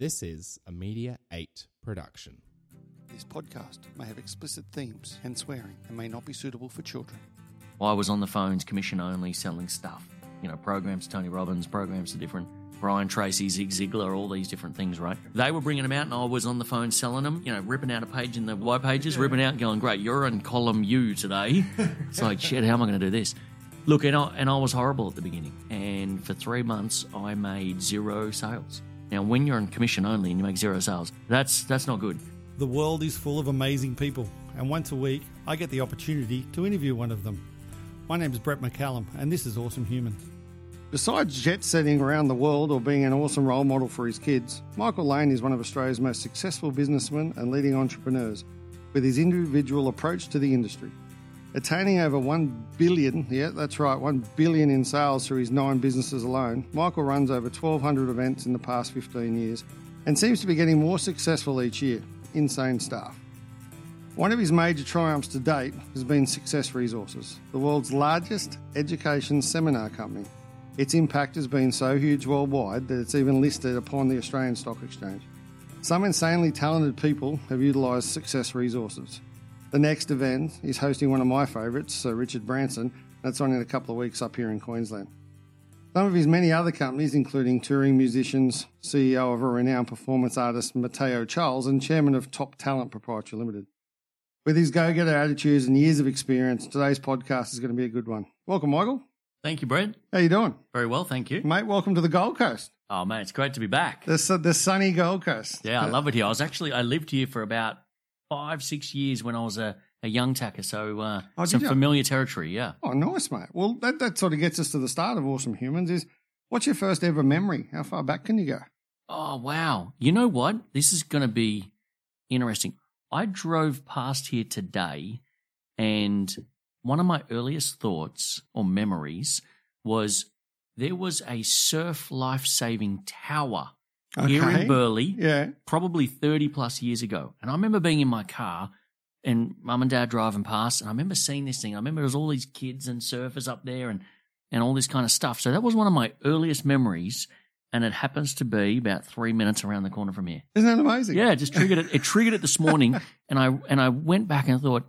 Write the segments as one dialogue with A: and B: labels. A: This is a Media 8 production.
B: This podcast may have explicit themes and swearing and may not be suitable for children.
C: I was on the phones, commission only, selling stuff. You know, programs, Tony Robbins, programs are different. Brian Tracy, Zig Ziglar, all these different things, right? They were bringing them out, and I was on the phone selling them, you know, ripping out a page in the Y pages, ripping out, going, Great, you're in column U today. it's like, shit, how am I going to do this? Look, and I, and I was horrible at the beginning. And for three months, I made zero sales. Now, when you're on commission only and you make zero sales, that's that's not good.
D: The world is full of amazing people, and once a week I get the opportunity to interview one of them. My name is Brett McCallum, and this is Awesome Human.
B: Besides jet setting around the world or being an awesome role model for his kids, Michael Lane is one of Australia's most successful businessmen and leading entrepreneurs with his individual approach to the industry. Attaining over 1 billion, yeah, that's right, 1 billion in sales through his nine businesses alone, Michael runs over 1,200 events in the past 15 years and seems to be getting more successful each year. Insane stuff. One of his major triumphs to date has been Success Resources, the world's largest education seminar company. Its impact has been so huge worldwide that it's even listed upon the Australian Stock Exchange. Some insanely talented people have utilised Success Resources. The next event is hosting one of my favourites, Sir Richard Branson, that's on in a couple of weeks up here in Queensland. Some of his many other companies, including touring musicians, CEO of a renowned performance artist, Matteo Charles, and chairman of Top Talent Proprietary Limited. With his go getter attitudes and years of experience, today's podcast is going to be a good one. Welcome, Michael.
C: Thank you, Brett.
B: How you doing?
C: Very well, thank you.
B: Mate, welcome to the Gold Coast,
C: Oh, man, it's great to be back.
B: the, su- the sunny Gold Coast.
C: Yeah, I love it here. I was actually I lived here for about five six years when I was a, a young tacker, so uh,
B: Oh, did
C: some
B: you?
C: familiar territory. Yeah,
B: Oh, nice, mate. Well, that, that sort of gets us to the start of Awesome Humans is what's your first ever memory? How far back can you go?
C: Oh, wow. You know what? This is going to be interesting. I drove past here today, and one of my earliest thoughts or memories was there was a surf life saving tower here
B: Okay.
C: in Burleigh,
B: Yeah.
C: probably 30 plus years ago. And I remember being in my car and mum and dad driving past, and I remember seeing this thing. I remember there was all these kids and surfers up there and, and all this kind of stuff. So that was one of my earliest memories. And it happens to be about three minutes around the corner from here.
B: Isn't that amazing?
C: Yeah, it just triggered it. It triggered it this morning, and I and I went back and thought,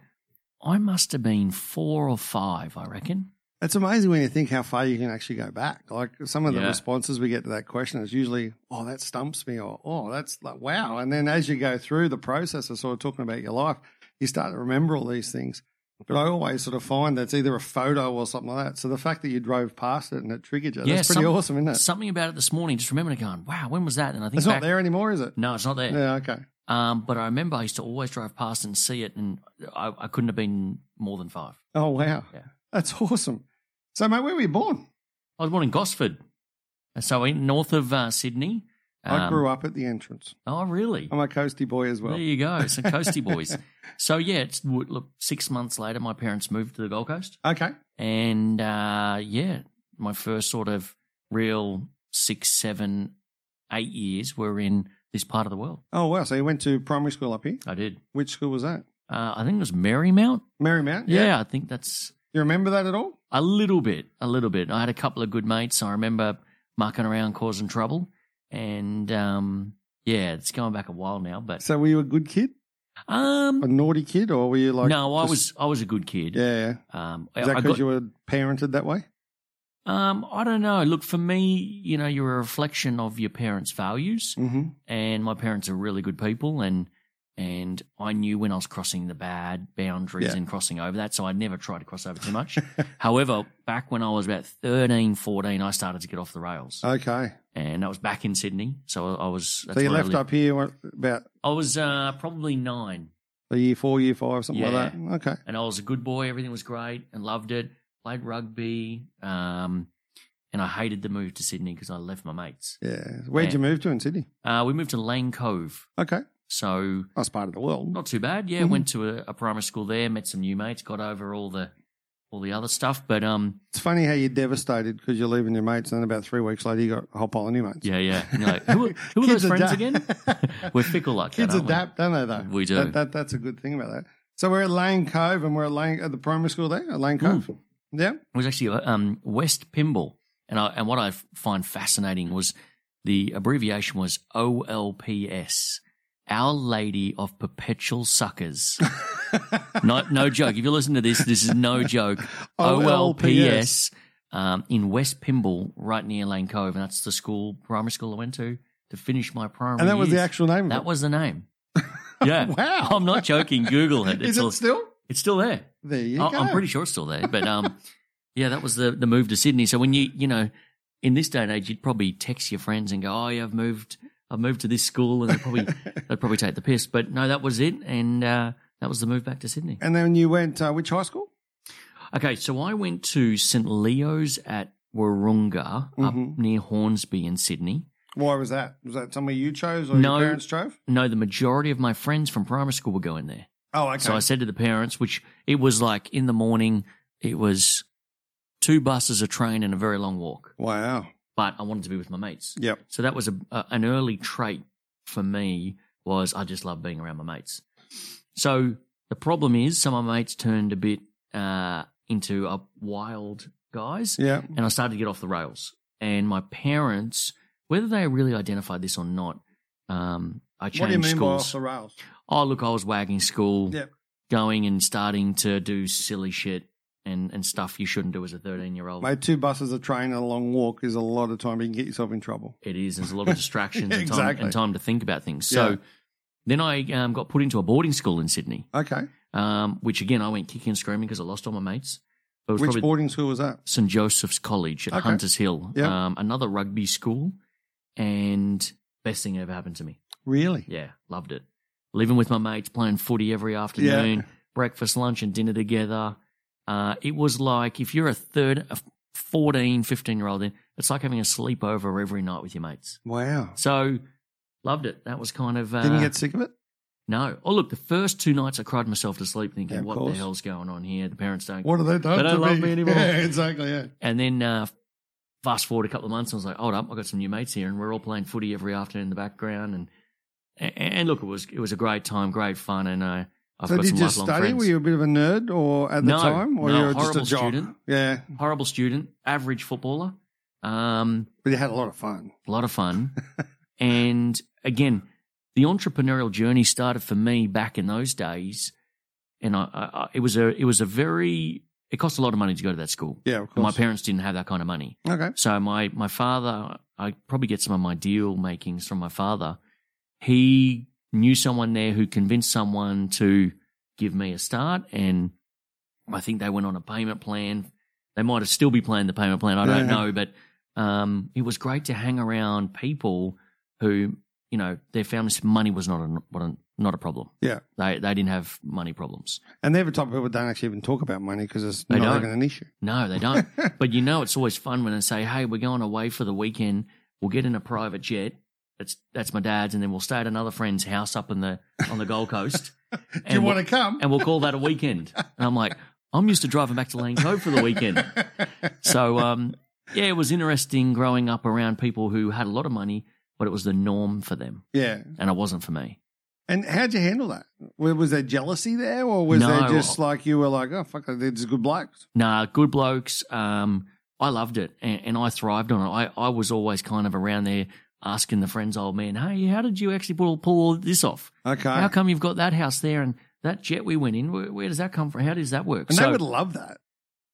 C: I must have been four or five, I reckon.
B: It's amazing when you think how far you can actually go back. Like some of the
C: Yeah.
B: responses we get to that question is usually, oh, that stumps me, or oh, that's like, wow. And then as you go through the process of sort of talking about your life, you start to remember all these things. But I always sort of find that's either a photo or something like that. So the fact that you drove past it and it triggered you,
C: yeah,
B: that's pretty
C: some-
B: awesome, isn't it?
C: Something about it this morning. Just remembered going, wow, when was that? And I think
B: it's
C: back,
B: not there anymore, is it?
C: No, it's not there.
B: Yeah, okay.
C: Um, but I remember I used to always drive past and see it, and I, I couldn't have been more than five.
B: Oh, wow.
C: Yeah.
B: That's awesome. So, mate, where were you born?
C: I was born in Gosford, so in north of uh, Sydney.
B: I
C: Um,
B: grew up at the entrance.
C: Oh, really?
B: I'm a coasty boy as well.
C: There you go, some coasty boys. So yeah, it's look. Six months later, my parents moved to the Gold Coast.
B: Okay.
C: and uh, yeah, my first sort of real six, seven, eight years were in this part of the world.
B: Oh, wow. So you went to primary school up here?
C: I did.
B: Which school was that?
C: Uh, I think it was Marymount.
B: Marymount?
C: Yeah. I think that's
B: You remember that at all?
C: a little bit, a little bit. I had a couple of good mates. I remember mucking around, causing trouble, and um, yeah, it's going back a while now. But
B: So were you a good kid,
C: um,
B: a naughty kid, or were you like?
C: no, I
B: just-
C: was I was a good kid.
B: Yeah.
C: Um,
B: Is
C: I
B: that
C: got-
B: because you were parented that way?
C: um, I don't know. Look, for me, you know, you're a reflection of your parents' values.
B: Mm-hmm.
C: and my parents are really good people and and I knew when I was crossing the bad boundaries
B: Yeah.
C: and crossing over that, so I never tried to cross over too much. However, back when I was about 13, 14, I started to get off the rails.
B: Okay.
C: and that was back in Sydney. So I was. That's
B: so you
C: where I
B: left
C: lived.
B: up here when- about
C: I was uh, probably nine
B: the year four, year five, something like
C: Yeah.
B: that. Okay.
C: and I was a good boy. Everything was great and loved it. Played rugby. Um, and I hated the move to Sydney because I left my mates.
B: Yeah. Where'd
C: Yeah.
B: you move to in Sydney?
C: Uh, we moved to Lane Cove.
B: Okay.
C: So
B: That's part of the world.
C: Not too bad. Yeah,
B: Mhm.
C: went to a, a primary school there, met some new mates, got over all the all the other stuff. But um,
B: It's funny how you're devastated because you're leaving your mates, and then about three weeks later, you got a whole pile of new mates.
C: yeah, yeah. And you're like, who are, who are
B: Kids
C: those friends
B: adapt.
C: again? We're fickle like
B: Kids
C: that. aren't we?
B: adapt, don't they? Though
C: We do.
B: That, that, that's a good thing about that. So we're at Lane Cove, and we're at Lane at the primary school there at Lane
C: Hmm.
B: Cove. Yeah.
C: It was actually uh, um, West Pimble, and I, and what I f- find fascinating was The abbreviation was OLPS, Our Lady of Perpetual Suckers. no, no joke. If you listen to this, this is no joke.
B: OLPS.
C: OLPS um, in West Pimble, right near Lane Cove. And that's the school, primary school I went to to finish my primary.
B: And that was the
C: years.
B: actual name of
C: That
B: it.
C: was the name. Yeah.
B: Wow.
C: I'm not joking. Google it.
B: Is
C: It's,
B: it
C: all-
B: still?
C: it's still there.
B: There you
C: I-
B: go.
C: I'm pretty sure it's still there. But um, yeah, that was the, the move to Sydney. So when you, you know, in this day and age, you'd probably text your friends and go, oh, yeah, I've moved, I've moved to this school. And they'd probably, they'd probably take the piss. But no, that was it. And uh, that was the move back to Sydney.
B: And then you went uh, which high school?
C: Okay, so I went to St Leo's at Warunga
B: Mhm.
C: up near Hornsby in Sydney.
B: Why was that? Was that somewhere you chose or
C: No.
B: your parents chose?
C: No, the majority of my friends from primary school were going there.
B: Oh, okay.
C: So I said to the parents, which it was like in the morning, it was two buses, a train, and a very long walk.
B: wow.
C: But I wanted to be with my mates.
B: Yep.
C: So that was a, a an early trait for me was I just love being around my mates. So the problem is some of my mates turned a bit uh, into uh, wild guys,
B: Yep.
C: and I started to get off the rails. And my parents, whether they really identified this or not, um, I changed
B: What do you mean by
C: schools.
B: off the rails?
C: Oh, look, I was wagging school,
B: Yeah.
C: going and starting to do silly shit and, and stuff you shouldn't do as a 13 year old.
B: Mate, two buses, a train, and a long walk is a lot of time. You can get yourself in trouble.
C: It is. There's a lot of distractions and, time,
B: Exactly.
C: and time to think about things. So
B: Yeah.
C: then I um, got put into a boarding school in Sydney,
B: Okay.
C: um, which again, I went kicking and screaming because I lost all my mates. But it was
B: Which
C: probably
B: boarding school was that?
C: St. Joseph's College at
B: Okay.
C: Hunters Hill,
B: Yeah.
C: um, another rugby school. And best thing ever happened to me.
B: Really?
C: Yeah, loved it. Living with my mates, playing footy every afternoon,
B: Yeah.
C: breakfast, lunch, and dinner together. Uh, it was like if you're a third, a 14, 15 year old, then it's like having a sleepover every night with your mates.
B: Wow.
C: So loved it. That was kind of. Uh,
B: Didn't you get sick of it?
C: No. Oh, look, the first two nights I cried myself to sleep thinking,
B: Yeah, of
C: what
B: course.
C: the hell's going on here? The parents don't.
B: What have they done
C: They don't
B: to
C: love me anymore.
B: Yeah, exactly. Yeah.
C: And then uh, fast forward a couple of months, I was like, hold up, I've got some new mates here, and we're all playing footy every afternoon in the background. And and, and look, it was it was a great time, great fun, and uh, I've
B: so
C: got
B: did
C: some
B: you
C: lifelong
B: study?
C: friends.
B: Were you a bit of a nerd, or at the
C: No,
B: time, or
C: no,
B: you were just a
C: horrible
B: jock?
C: student.
B: Yeah,
C: Horrible student, average footballer, um,
B: but you had a lot of fun.
C: a lot of fun, and again, the entrepreneurial journey started for me back in those days, and I, I, I it was a it was a very it cost a lot of money to go to that school.
B: Yeah, of
C: And my
B: course.
C: parents didn't have that kind of money.
B: okay.
C: So my my father, I probably get some of my deal makings from my father. He knew someone there who convinced someone to give me a start, and I think they went on a payment plan. They might have still be playing the payment plan. I don't
B: Yeah.
C: know, but um, it was great to hang around people who, you know, their family's money was not a, not a, not a problem.
B: Yeah.
C: They they didn't have money problems.
B: And they're the type of people that don't actually even talk about money because it's
C: They
B: not
C: don't.
B: even an issue.
C: No, they don't. but you know, it's always fun when they say, "Hey, we're going away for the weekend. We'll get in a private jet. That's that's my dad's, and then we'll stay at another friend's house up in the on the Gold Coast. and
B: Do you want
C: we'll,
B: to come?
C: And we'll call that a weekend. And I'm like, I'm used to driving back to Lane Cove for the weekend. So, um, yeah, it was interesting growing up around people who had a lot of money, but it was the norm for them,
B: yeah.
C: and it wasn't for me.
B: And how'd you handle that? Wa- Was there jealousy there, or was
C: No.
B: there just like you were like, oh fuck, they're just good blokes?
C: Nah, good blokes. Um, I loved it and, and I thrived on it. I, I was always kind of around there asking the friends, old man, hey, how did you actually pull, pull all this off?
B: Okay.
C: How come you've got that house there and that jet we went in? Where, where does that come from? How does that work?
B: and
C: so
B: they would love that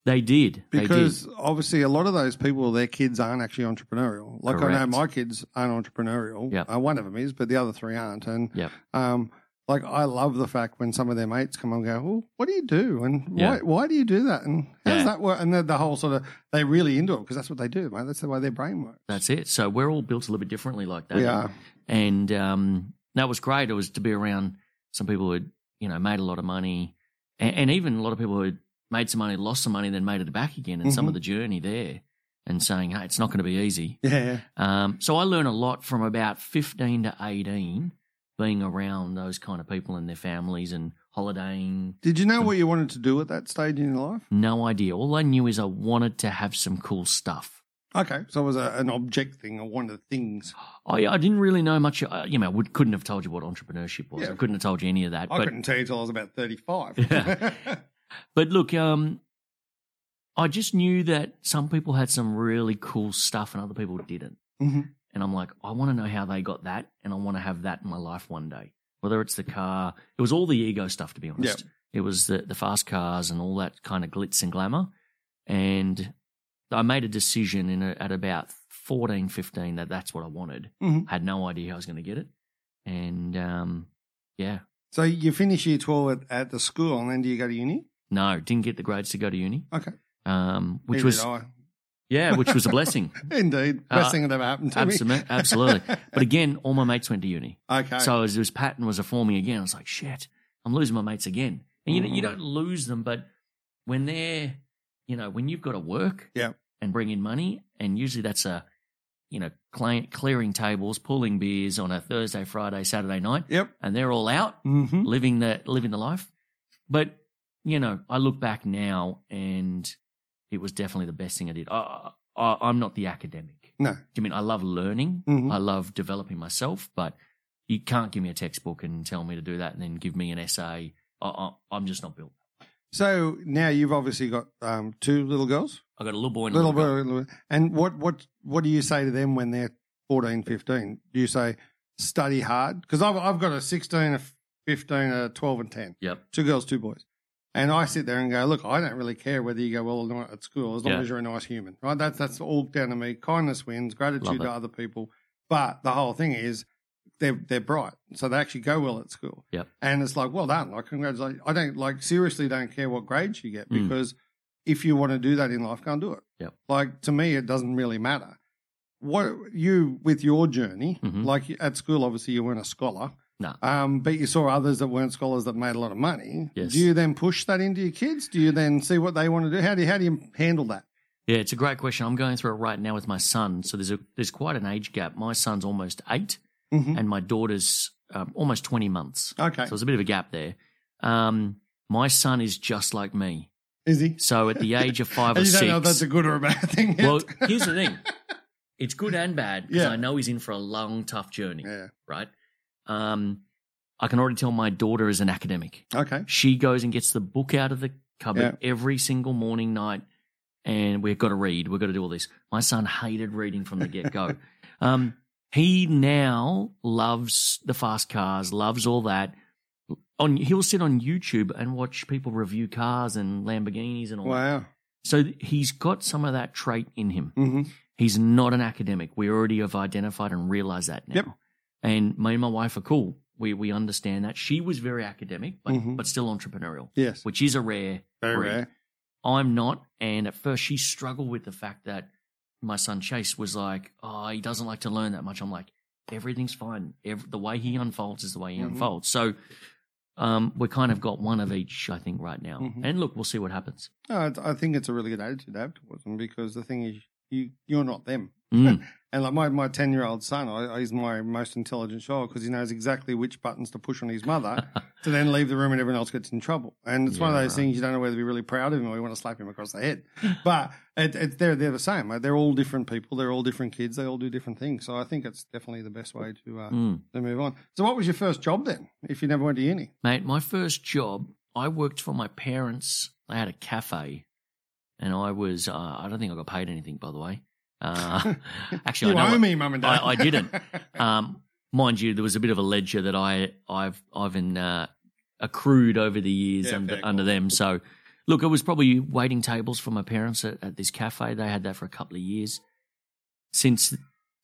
C: they did.
B: because obviously a lot of those people, their kids aren't actually entrepreneurial. Like I know
C: Correct.
B: my kids aren't entrepreneurial.
C: Yep.
B: Uh, one of them is, but the other three aren't. And
C: Yep.
B: um, like I love the fact when some of their mates come and go, "Well, what do you do? And why
C: Yeah.
B: why do you do that? And how does
C: Yeah.
B: that work?" And the, the whole sort of they really into it because that's what they do, mate. That's the way their brain works.
C: they did. That's it. So we're all built a little bit differently like that.
B: we are.
C: and um, that was great. It was to be around some people who had you know made a lot of money, and, and even a lot of people who had made some money, lost some money, then made it back again, and some
B: Mhm.
C: of the journey there, and saying, "Hey, it's not going to be easy."
B: Yeah.
C: Um, so I learned a lot from about fifteen to eighteen, being around those kind of people and their families and holidaying.
B: Did you know what you wanted to do at that stage in your life?
C: No idea. All I knew is I wanted to have some cool stuff.
B: Okay, so it was a, an object thing or one of the things.
C: I, I didn't really know much. uh, You know, I would, couldn't have told you what entrepreneurship was.
B: Yeah.
C: I couldn't have told you any of that.
B: I
C: but
B: couldn't tell you till I was about thirty-five.
C: Yeah. But look, um, I just knew that some people had some really cool stuff and other people didn't.
B: Mhm.
C: And I'm like, I want to know how they got that. And I want to have that in my life one day. Whether it's the car, it was all the ego stuff, to be honest. It was the, the fast cars and all that kind of glitz and glamour. And I made a decision in a, at about 14, 15 that that's what I wanted.
B: Mhm.
C: Had no idea how I was going to get it. And um, yeah,
B: So you finish year 12 at, at the school and then do you go to uni?
C: no, didn't get the grades to go to uni.
B: Okay.
C: Um, which
B: Neither
C: was,
B: did I.
C: yeah, which was a blessing.
B: Indeed. Best
C: Uh,
B: thing that ever happened to me.
C: Absolutely, absolutely. But again, all my mates went to uni,
B: Okay.
C: so as this pattern was forming again, I was like, "Shit, I'm losing my mates again." And you know, you don't lose them, but when they're, you know, when you've got to work,
B: Yeah.
C: and bring in money, and usually that's a, you know, cl- clearing tables, pulling beers on a Thursday, Friday, Saturday night,
B: Yep.
C: and they're all out
B: Mm-hmm.
C: living the living the life. But you know, I look back now, and it was definitely the best thing I did. I, I, I'm not the academic.
B: No.
C: I mean, I love learning.
B: Mhm.
C: I love developing myself, but you can't give me a textbook and tell me to do that, and then give me an essay. I, I, I'm just not built.
B: So now you've obviously got um, two little girls.
C: I got a little boy and a
B: Little,
C: little,
B: boy, little boy. And what, what, what do you say to them when they're 14, 15? Do you say study hard? Because I've, I've got a 16, a 15, a 12, and 10.
C: Yep.
B: Two girls, two boys. And I sit there and go, look, I don't really care whether you go well or not at school, as long
C: Yeah.
B: as you're a nice human, right? That's that's all down to me. Kindness wins,
C: Love
B: gratitude
C: it.
B: to other people. But the whole thing is, they're they're bright, so they actually go well at school.
C: Yep.
B: And it's like, well done, like congratulations. I don't like seriously don't care what grades you get
C: Mm.
B: because if you want to do that in life, go and do it.
C: Yep.
B: Like to me, it doesn't really matter. What you with your journey,
C: Mhm.
B: like at school, obviously you weren't a scholar.
C: No.
B: Um, but you saw others that weren't scholars that made a lot of money.
C: Yes.
B: Do you then push that into your kids? Do you then see what they want to do? How do you, how do you handle that?
C: Yeah, it's a great question. I'm going through it right now with my son. So there's a there's quite an age gap. My son's almost 8
B: Mhm.
C: and my daughter's um, almost twenty months.
B: Okay.
C: So there's a bit of a gap there. Um, my son is just like me.
B: Is he?
C: So at the age of five or
B: And you
C: six,
B: don't know if that's a good or a bad thing. yet.
C: well, here's the thing: it's good and bad because
B: Yeah.
C: I know he's in for a long, tough journey.
B: yeah.
C: Right? Um, I can already tell my daughter is an academic.
B: Okay.
C: She goes and gets the book out of the cupboard every single morning, night, and we've got to read. We've got to do all this. My son hated reading from the get go. um, he now loves the fast cars, loves all that. On he'll sit on YouTube and watch people review cars and Lamborghinis and all. that.
B: Wow.
C: So he's got some of that trait in him.
B: hmm
C: He's not an academic. We already have identified and realized that now.
B: Yep.
C: And me and my wife are cool. We we understand that. She was very academic, but
B: Mhm.
C: but still entrepreneurial,
B: Yes.
C: which is a rare.
B: Very
C: breed.
B: rare.
C: I'm not. And at first, she struggled with the fact that my son Chase was like, "Oh, he doesn't like to learn that much." I'm like, "Everything's fine. Ev the way he unfolds is the way he
B: Mhm.
C: unfolds." So. Um, we kind of got one of each, I think, right now.
B: Mhm.
C: And look, we'll see what happens.
B: No, it's- I think it's a really good attitude to have towards them because the thing is, you you're not them.
C: Mm.
B: And like my my ten year old son, I, he's my most intelligent child because he knows exactly which buttons to push on his mother to then leave the room and everyone else gets in trouble. And it's one of
C: Yeah,
B: those
C: right.
B: things you don't know whether to be really proud of him or you want to slap him across the head. But it, it, they're they're the same. Like, They're all different people. They're all different kids. They all do different things. So I think it's definitely the best way to uh,
C: Mm.
B: to move on. So what was your first job then? If you never went to uni,
C: Mate, my first job, I worked for my parents. They had a cafe, and I was, uh, I don't think I got paid anything, by the way. Uh, actually,
B: you
C: I know.
B: owe me, mum and dad.
C: I- I didn't. Um, mind you, there was a bit of a ledger that I, I've, I've in, uh, accrued over the years
B: Yeah,
C: under,
B: fair
C: under them. So, look, it was probably waiting tables for my parents at, at this cafe. They had that for a couple of years. Since,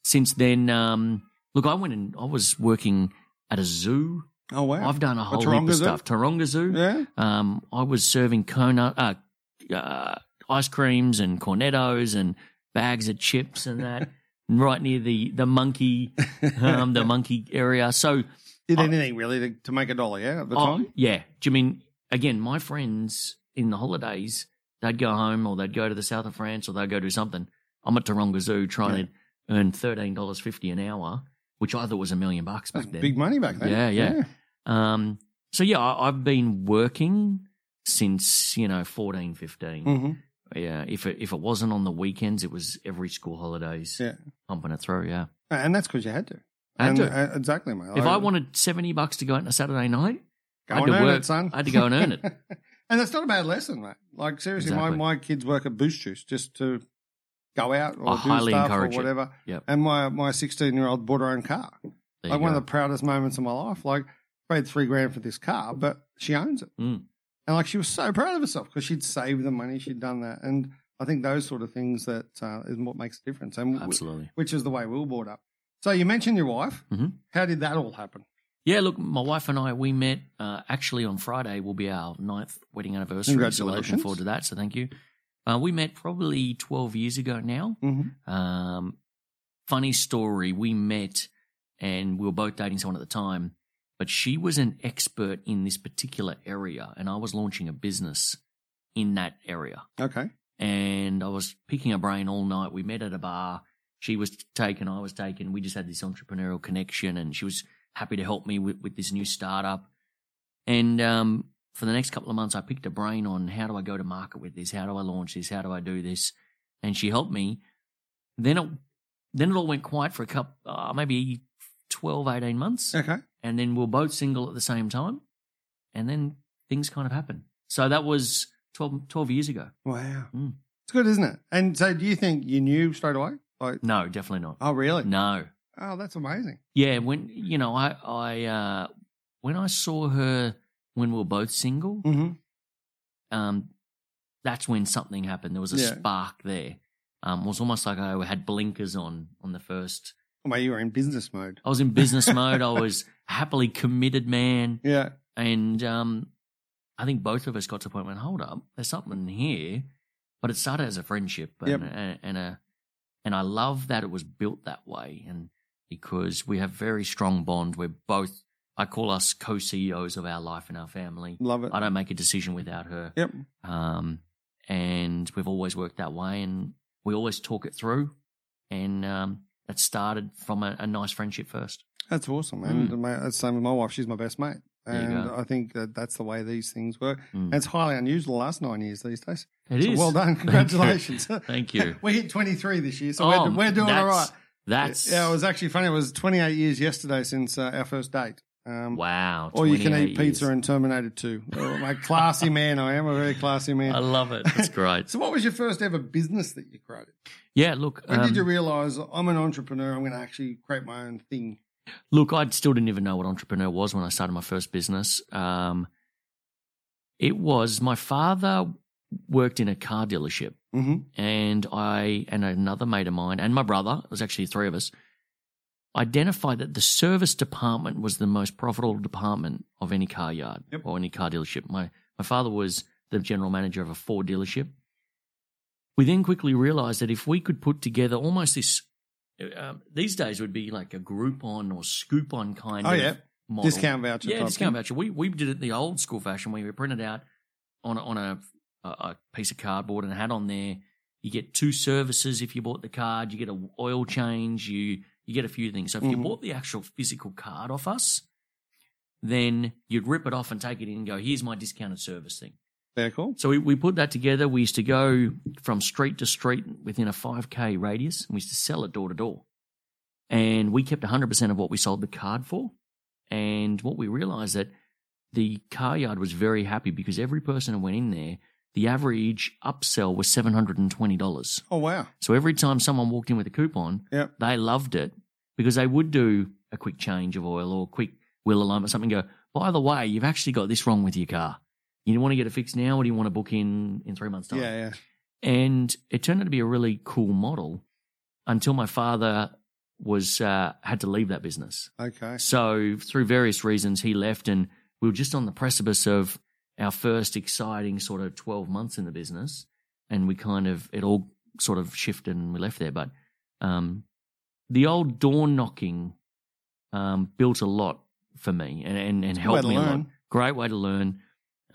C: since then, um, look, I went and I was working at a zoo.
B: oh wow.
C: I've done a whole
B: Taronga
C: heap of
B: Zoo?
C: stuff. Taronga Zoo.
B: yeah.
C: Um, I was serving Kona, uh, uh, ice creams and cornettos and bags of chips and that right near the, the monkey, um, the monkey area. So,
B: Did anything really to, to make a dollar? Yeah, at the
C: oh,
B: time.
C: yeah. Do you mean, again, my friends in the holidays, they'd go home or they'd go to the south of France or they'd go do something. I'm at Taronga Zoo trying
B: Yeah.
C: to earn $13.50 an hour, which I thought was a million bucks
B: That's
C: back then.
B: big money back then.
C: Yeah, yeah. Um, so yeah, I, I've been working since, you know, 14, 15.
B: hmm
C: Yeah. If it, if it wasn't on the weekends, it was every school holidays.
B: Yeah.
C: Pumping it through. Yeah.
B: And that's because you had to.
C: I had
B: and,
C: to.
B: uh, exactly, mate.
C: if
B: Like,
C: I wanted 70 bucks to go out on a Saturday night,
B: go
C: I had
B: and
C: to
B: earn
C: work.
B: it, son.
C: I had to go and earn it.
B: and that's not a bad lesson, mate. Like seriously,
C: Exactly.
B: my, my kids work at Boost Juice just to go out or
C: I
B: do
C: highly
B: stuff or
C: encourage it.
B: whatever.
C: Yep.
B: And my my 16 year old bought her own car.
C: There
B: like
C: you
B: one
C: go.
B: of the proudest moments of my life. Like paid three grand for this car, but she owns it.
C: Mm.
B: And like she was so proud of herself because she'd saved the money, she'd done that, and I think those sort of things that uh, is what makes a difference, and w-
C: Absolutely.
B: which is the way we were brought up. So you mentioned your wife.
C: Mhm.
B: How did that all happen?
C: Yeah, look, my wife and I, we met uh, actually on Friday, will be our ninth wedding anniversary. So we're looking
B: Congratulations.
C: forward to that. So thank you. Uh, we met probably 12 years ago now.
B: Mhm.
C: Um, funny story. We met and we were both dating someone at the time, but she was an expert in this particular area, and I was launching a business in that area.
B: Okay.
C: And I was picking her brain all night. We met at a bar. She was taken, I was taken. We just had this entrepreneurial connection, and she was happy to help me with, with this new startup. And um, for the next couple of months, I picked her brain on how do I go to market with this? How do I launch this? How do I do this? And she helped me then it then it all went quiet for a couple uh, maybe 12 18 months
B: Okay.
C: and then we were both single at the same time and then things kind of happened so that was 12, 12 years ago
B: Wow.
C: Mm.
B: It's good, isn't it? And so, do you think you knew straight away? Like,
C: no definitely not
B: oh, really?
C: no
B: Oh, that's amazing.
C: yeah when you know i i uh when i saw her when we were both single
B: Mm-hmm.
C: um, that's when something happened. There was a
B: Yeah.
C: spark there. Um, it was almost like I had blinkers on on the first.
B: Well, you were in business mode.
C: I was in business mode. I was a happily committed man,
B: Yeah.
C: and um, I think both of us got to the point when hold up, there's something here. But it started as a friendship, and
B: Yep.
C: and, and a and I love that it was built that way, and because we have very strong bond. We're both. I call us co CEOs of our life and our family.
B: Love it.
C: I don't make a decision without her
B: Yep.
C: um, and we've always worked that way, and we always talk it through, and um, that started from a, a nice friendship first.
B: That's awesome, man. My, that's the same with my wife. She's my best mate.
C: There you
B: And
C: go.
B: I think that that's the way these things work.
C: Mm.
B: It's highly unusual the last nine years these days.
C: It
B: so
C: is.
B: well done.
C: Thank you.
B: Congratulations.
C: Thank you.
B: we hit 23 this year, so
C: Oh,
B: we're, we're doing all right.
C: that's- That's
B: Yeah, it was actually funny. It was 28 years yesterday since uh, our first date. Um,
C: wow.
B: Or you can
C: 28
B: eat pizza
C: years.
B: and Terminator 2. Oh, my classy man, I am a very classy man.
C: I love it. That's great.
B: so, what was your first ever business that you created?
C: yeah. Look.
B: When
C: um,
B: did you realize I'm an entrepreneur? I'm going to actually create my own thing.
C: Look, I still didn't even know what entrepreneur was when I started my first business. Um, it was my father worked in a car dealership,
B: Mm-hmm.
C: and I and another mate of mine and my brother, it was actually three of us, identified that the service department was the most profitable department of any car yard
B: Yep.
C: or any car dealership. My my father was the general manager of a Ford dealership. We then quickly realized that if we could put together almost this um, these days would be like a Groupon or Scoopon kind
B: Oh,
C: of
B: yeah.
C: model.
B: Discount voucher.
C: Yeah,
B: type
C: discount
B: thing.
C: voucher. We we did it the old school fashion where you printed out on a, on a, a a piece of cardboard and had on there. You get two services if you bought the card. You get a oil change. You you get a few things. So if you
B: Mhm.
C: bought the actual physical card off us, then you'd rip it off and take it in and go, "Here's my discounted service thing."
B: Very cool.
C: So we, we put that together. We used to go from street to street within a 5K radius. And we used to sell it door to door. And we kept 100% of what we sold the card for. And what we realized that the car yard was very happy because every person who went in there, the average upsell was $720.
B: Oh, wow.
C: So every time someone walked in with a coupon,
B: Yep.
C: they loved it because they would do a quick change of oil or a quick wheel alignment, something and go, by the way, you've actually got this wrong with your car. You want to get it fixed now or do you want to book in in three months' time?
B: Yeah, yeah.
C: And it turned out to be a really cool model until my father was uh, had to leave that business.
B: Okay.
C: So through various reasons, he left, and we were just on the precipice of our first exciting sort of twelve months in the business, and we kind of it all sort of shifted, and we left there. But um, the old door knocking um, built a lot for me, and and, and
B: Way
C: helped
B: to
C: me a lot.
B: learn.
C: Great way to learn.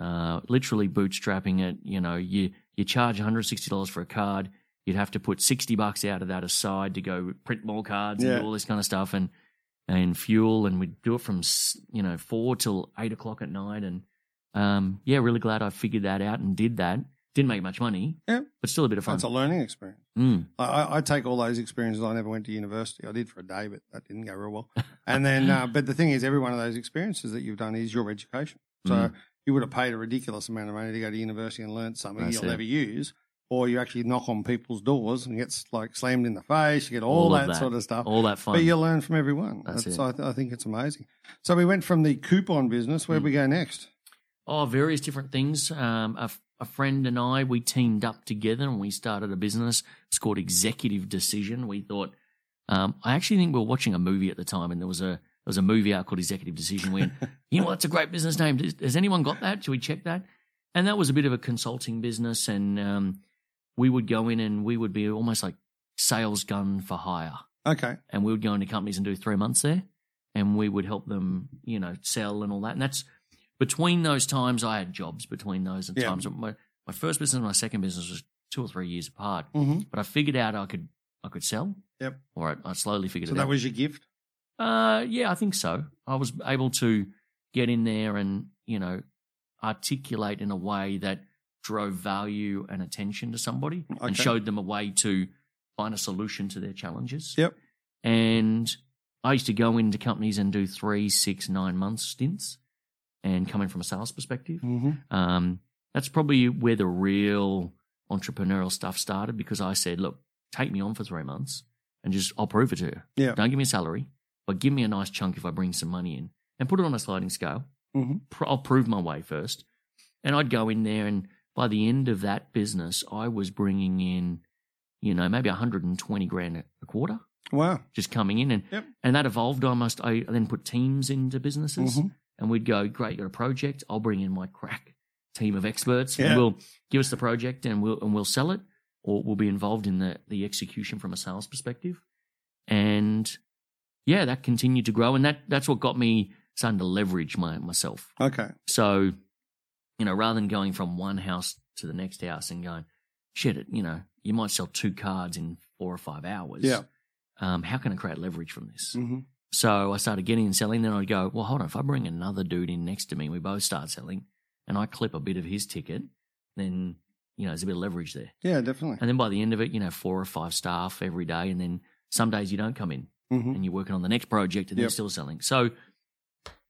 C: Uh, literally bootstrapping it. You know, you you charge one hundred sixty dollars for a card. You'd have to put sixty bucks out of that aside to go print more cards
B: Yeah.
C: and do all this kind of stuff, and and fuel, and we'd do it from s- you know four till eight o'clock at night, and um, yeah, really glad I figured that out and did that. Didn't make much money,
B: Yeah.
C: but still a bit of fun.
B: That's a learning experience.
C: Mm.
B: I- I, I take all those experiences. I never went to university. I did for a day, but that didn't go real well. And then, uh, but the thing is, every one of those experiences that you've done is your
C: Mm.
B: education. So you would have paid a ridiculous amount of money to go to university and learn something
C: That's
B: you'll
C: it.
B: never use. or you actually knock on people's doors and gets like slammed in the face. You get all,
C: All of
B: that,
C: that.
B: sort of stuff.
C: All that fun.
B: But you learn from everyone.
C: That's
B: That's
C: it.
B: I, th- I think it's amazing. So we went from the coupon business.
C: Mm.
B: Where we go next?
C: Oh, various different things. Um, a, f- a friend and I, we teamed up together and we started a business. It's called Executive Decision. We thought, um, I actually think we were watching a movie at the time and there was a, there was a movie out called Executive Decision. We went, you know, what, that's a great business name. Does- Has anyone got that? Should we check that? And that was a bit of a consulting business. And, um, we would go in and we would be almost like sales gun for hire
B: Okay.
C: and we would go into companies and do three months there, and we would help them, you know, sell and all that. And that's between those times I had jobs. Between those and
B: Yeah.
C: times, my, my first business and my second business was two or three years apart.
B: Mm-hmm.
C: But I figured out I could I could sell.
B: Yep.
C: Or I, I slowly figured
B: So
C: it
B: that
C: out.
B: was your gift.
C: Uh, yeah, I think so. I was able to get in there and, you know, articulate in a way that drove value and attention to somebody
B: Okay.
C: and showed them a way to find a solution to their challenges.
B: Yep.
C: And I used to go into companies and do three, six, nine month stints and coming from a sales perspective.
B: Mm-hmm.
C: Um, that's probably where the real entrepreneurial stuff started because I said, look, take me on for three months and just I'll prove it to you.
B: Yeah.
C: Don't give me a salary, but give me a nice chunk if I bring some money in and put it on a sliding scale.
B: Mhm.
C: Pr- I'll prove my way first. And I'd go in there and by the end of that business, I was bringing in, you know, maybe 120 grand a quarter
B: Wow.
C: just coming in and
B: Yep.
C: and that evolved almost I then put teams into businesses
B: Mhm.
C: and we'd go great you got a project I'll bring in my crack team of experts
B: Yeah.
C: and we'll give us the project and we'll and we'll sell it or we'll be involved in the the execution from a sales perspective and yeah that continued to grow and that that's what got me starting to leverage my myself
B: Okay.
C: so, you know, rather than going from one house to the next house and going, shit, it, you know, you might sell two cards in four or five hours.
B: Yeah.
C: Um, how can I create leverage from this?
B: Mm-hmm.
C: So I started getting and selling. Then I'd go, well, hold on. If I bring another dude in next to me, and we both start selling, and I clip a bit of his ticket, then you know there's a bit of leverage there.
B: Yeah, definitely.
C: And then by the end of it, you know, four or five staff every day, and then some days you don't come in
B: Mm-hmm.
C: and you're working on the next project and
B: Yep.
C: they're still selling. So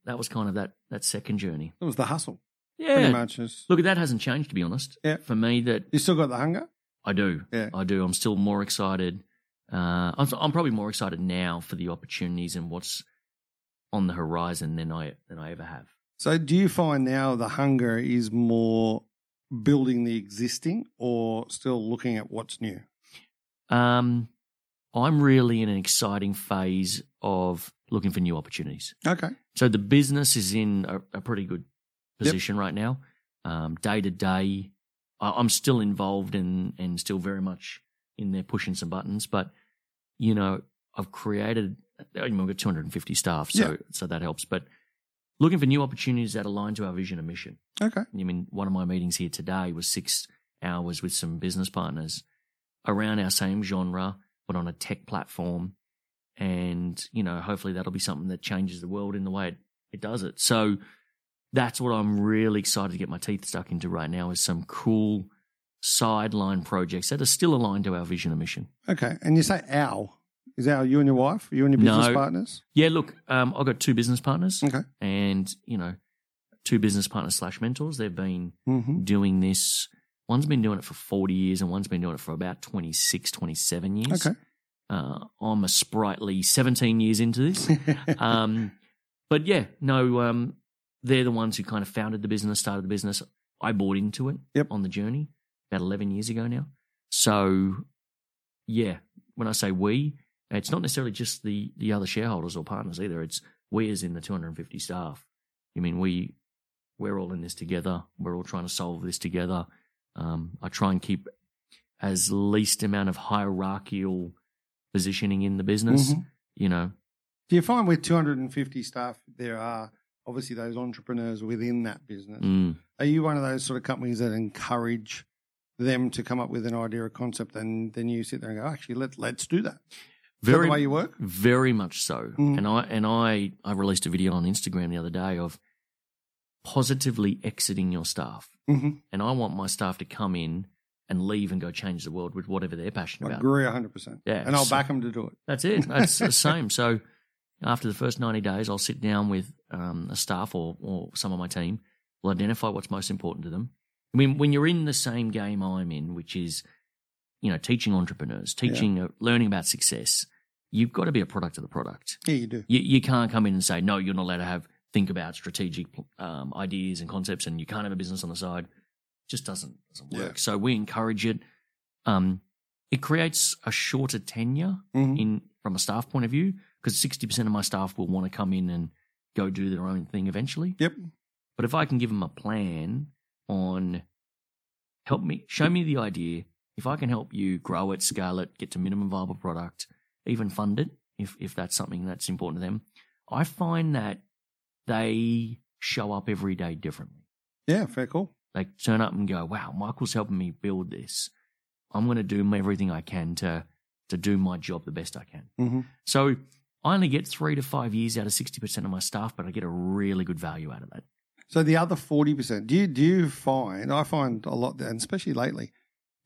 C: that was kind of that that second journey.
B: It was the hustle. Pretty
C: Yeah,
B: much. It's-
C: Look, that hasn't changed, to be honest.
B: Yeah.
C: For me, that
B: You still got the hunger?
C: I do.
B: Yeah.
C: I do. I'm still more excited. Uh, I'm, I'm probably more excited now for the opportunities and what's on the horizon than I than I ever have.
B: So do you find now the hunger is more building the existing or still looking at what's new?
C: Um, I'm really in an exciting phase of looking for new opportunities.
B: Okay.
C: So the business is in a, a pretty good position right now. Um, Day to day, I- I'm still involved and and still very much in there pushing some buttons. But you know, I've created. I mean, we've got 250 staff, so so that helps. But looking for new opportunities that align to our vision and mission.
B: Okay.
C: I mean, one of my meetings here today was six hours with some business partners around our same genre, but on a tech platform. And, you know, hopefully that'll be something that changes the world in the way it, it does it. So that's what I'm really excited to get my teeth stuck into right now is some cool sideline projects that are still aligned to our vision and mission.
B: Okay. And you say ow. Is our you and your wife? You and your business
C: No.
B: partners?
C: Yeah, look, um, I've got two business partners
B: Okay.
C: and, you know, two business partners slash mentors. They've been
B: Mm-hmm.
C: doing this. One's been doing it for 40 years and one's been doing it for about 26, 27 years.
B: Okay.
C: Uh, I'm a sprightly 17 years into this.
B: Uh,
C: um, but yeah, no, um, they're the ones who kind of founded the business, started the business. I bought into it
B: Yep.
C: on the journey about 11 years ago now. So yeah, when I say we, it's not necessarily just the, the other shareholders or partners either. It's we as in the 250 staff. I mean, we, we're all in this together. We're all trying to solve this together. Um, I try and keep as least amount of hierarchical positioning in the business.
B: Mhm.
C: You know,
B: Do you find with 250 staff, there are obviously those entrepreneurs within that business?
C: mm,
B: Are you one of those sort of companies that encourage them to come up with an idea or concept and then you sit there and go, actually, let, let's do that? Is that the way you work?
C: Very much so.
B: Mm.
C: And I and I I released a video on Instagram the other day of positively exiting your staff.
B: Mm-hmm.
C: And I want my staff to come in and leave and go change the world with whatever they're passionate
B: I
C: about.
B: agree 100%.
C: Yeah,
B: And I'll
C: so-
B: back them to do it.
C: That's it. That's the same. So after the first 90 days, I'll sit down with um, a staff or, or some of my team. We'll identify what's most important to them. I mean, when you're in the same game I'm in, which is, you know, teaching entrepreneurs, teaching, uh, learning about success, you've got to be a product of the product.
B: Yeah, you do.
C: You, you can't come in and say, no, you're not allowed to have, think about strategic um, ideas and concepts and you can't have a business on the side. just doesn't, doesn't
B: Yeah.
C: work. So we encourage it. Um, it creates a shorter tenure
B: Mhm.
C: in from a staff point of view because 60% of my staff will want to come in and go do their own thing eventually.
B: Yep.
C: But if I can give them a plan on help me, show me the idea. If I can help you grow it, scale it, get to minimum viable product, even fund it, if, if that's something that's important to them, I find that they show up every day differently.
B: Yeah, fair call.
C: They turn up and go, wow, Michael's helping me build this. I'm going to do everything I can to, to do my job the best I can.
B: Mhm.
C: So I only get three to five years out of 60% of my staff, but I get a really good value out of that.
B: So the other forty percent, do you do you find? I find a lot, and especially lately,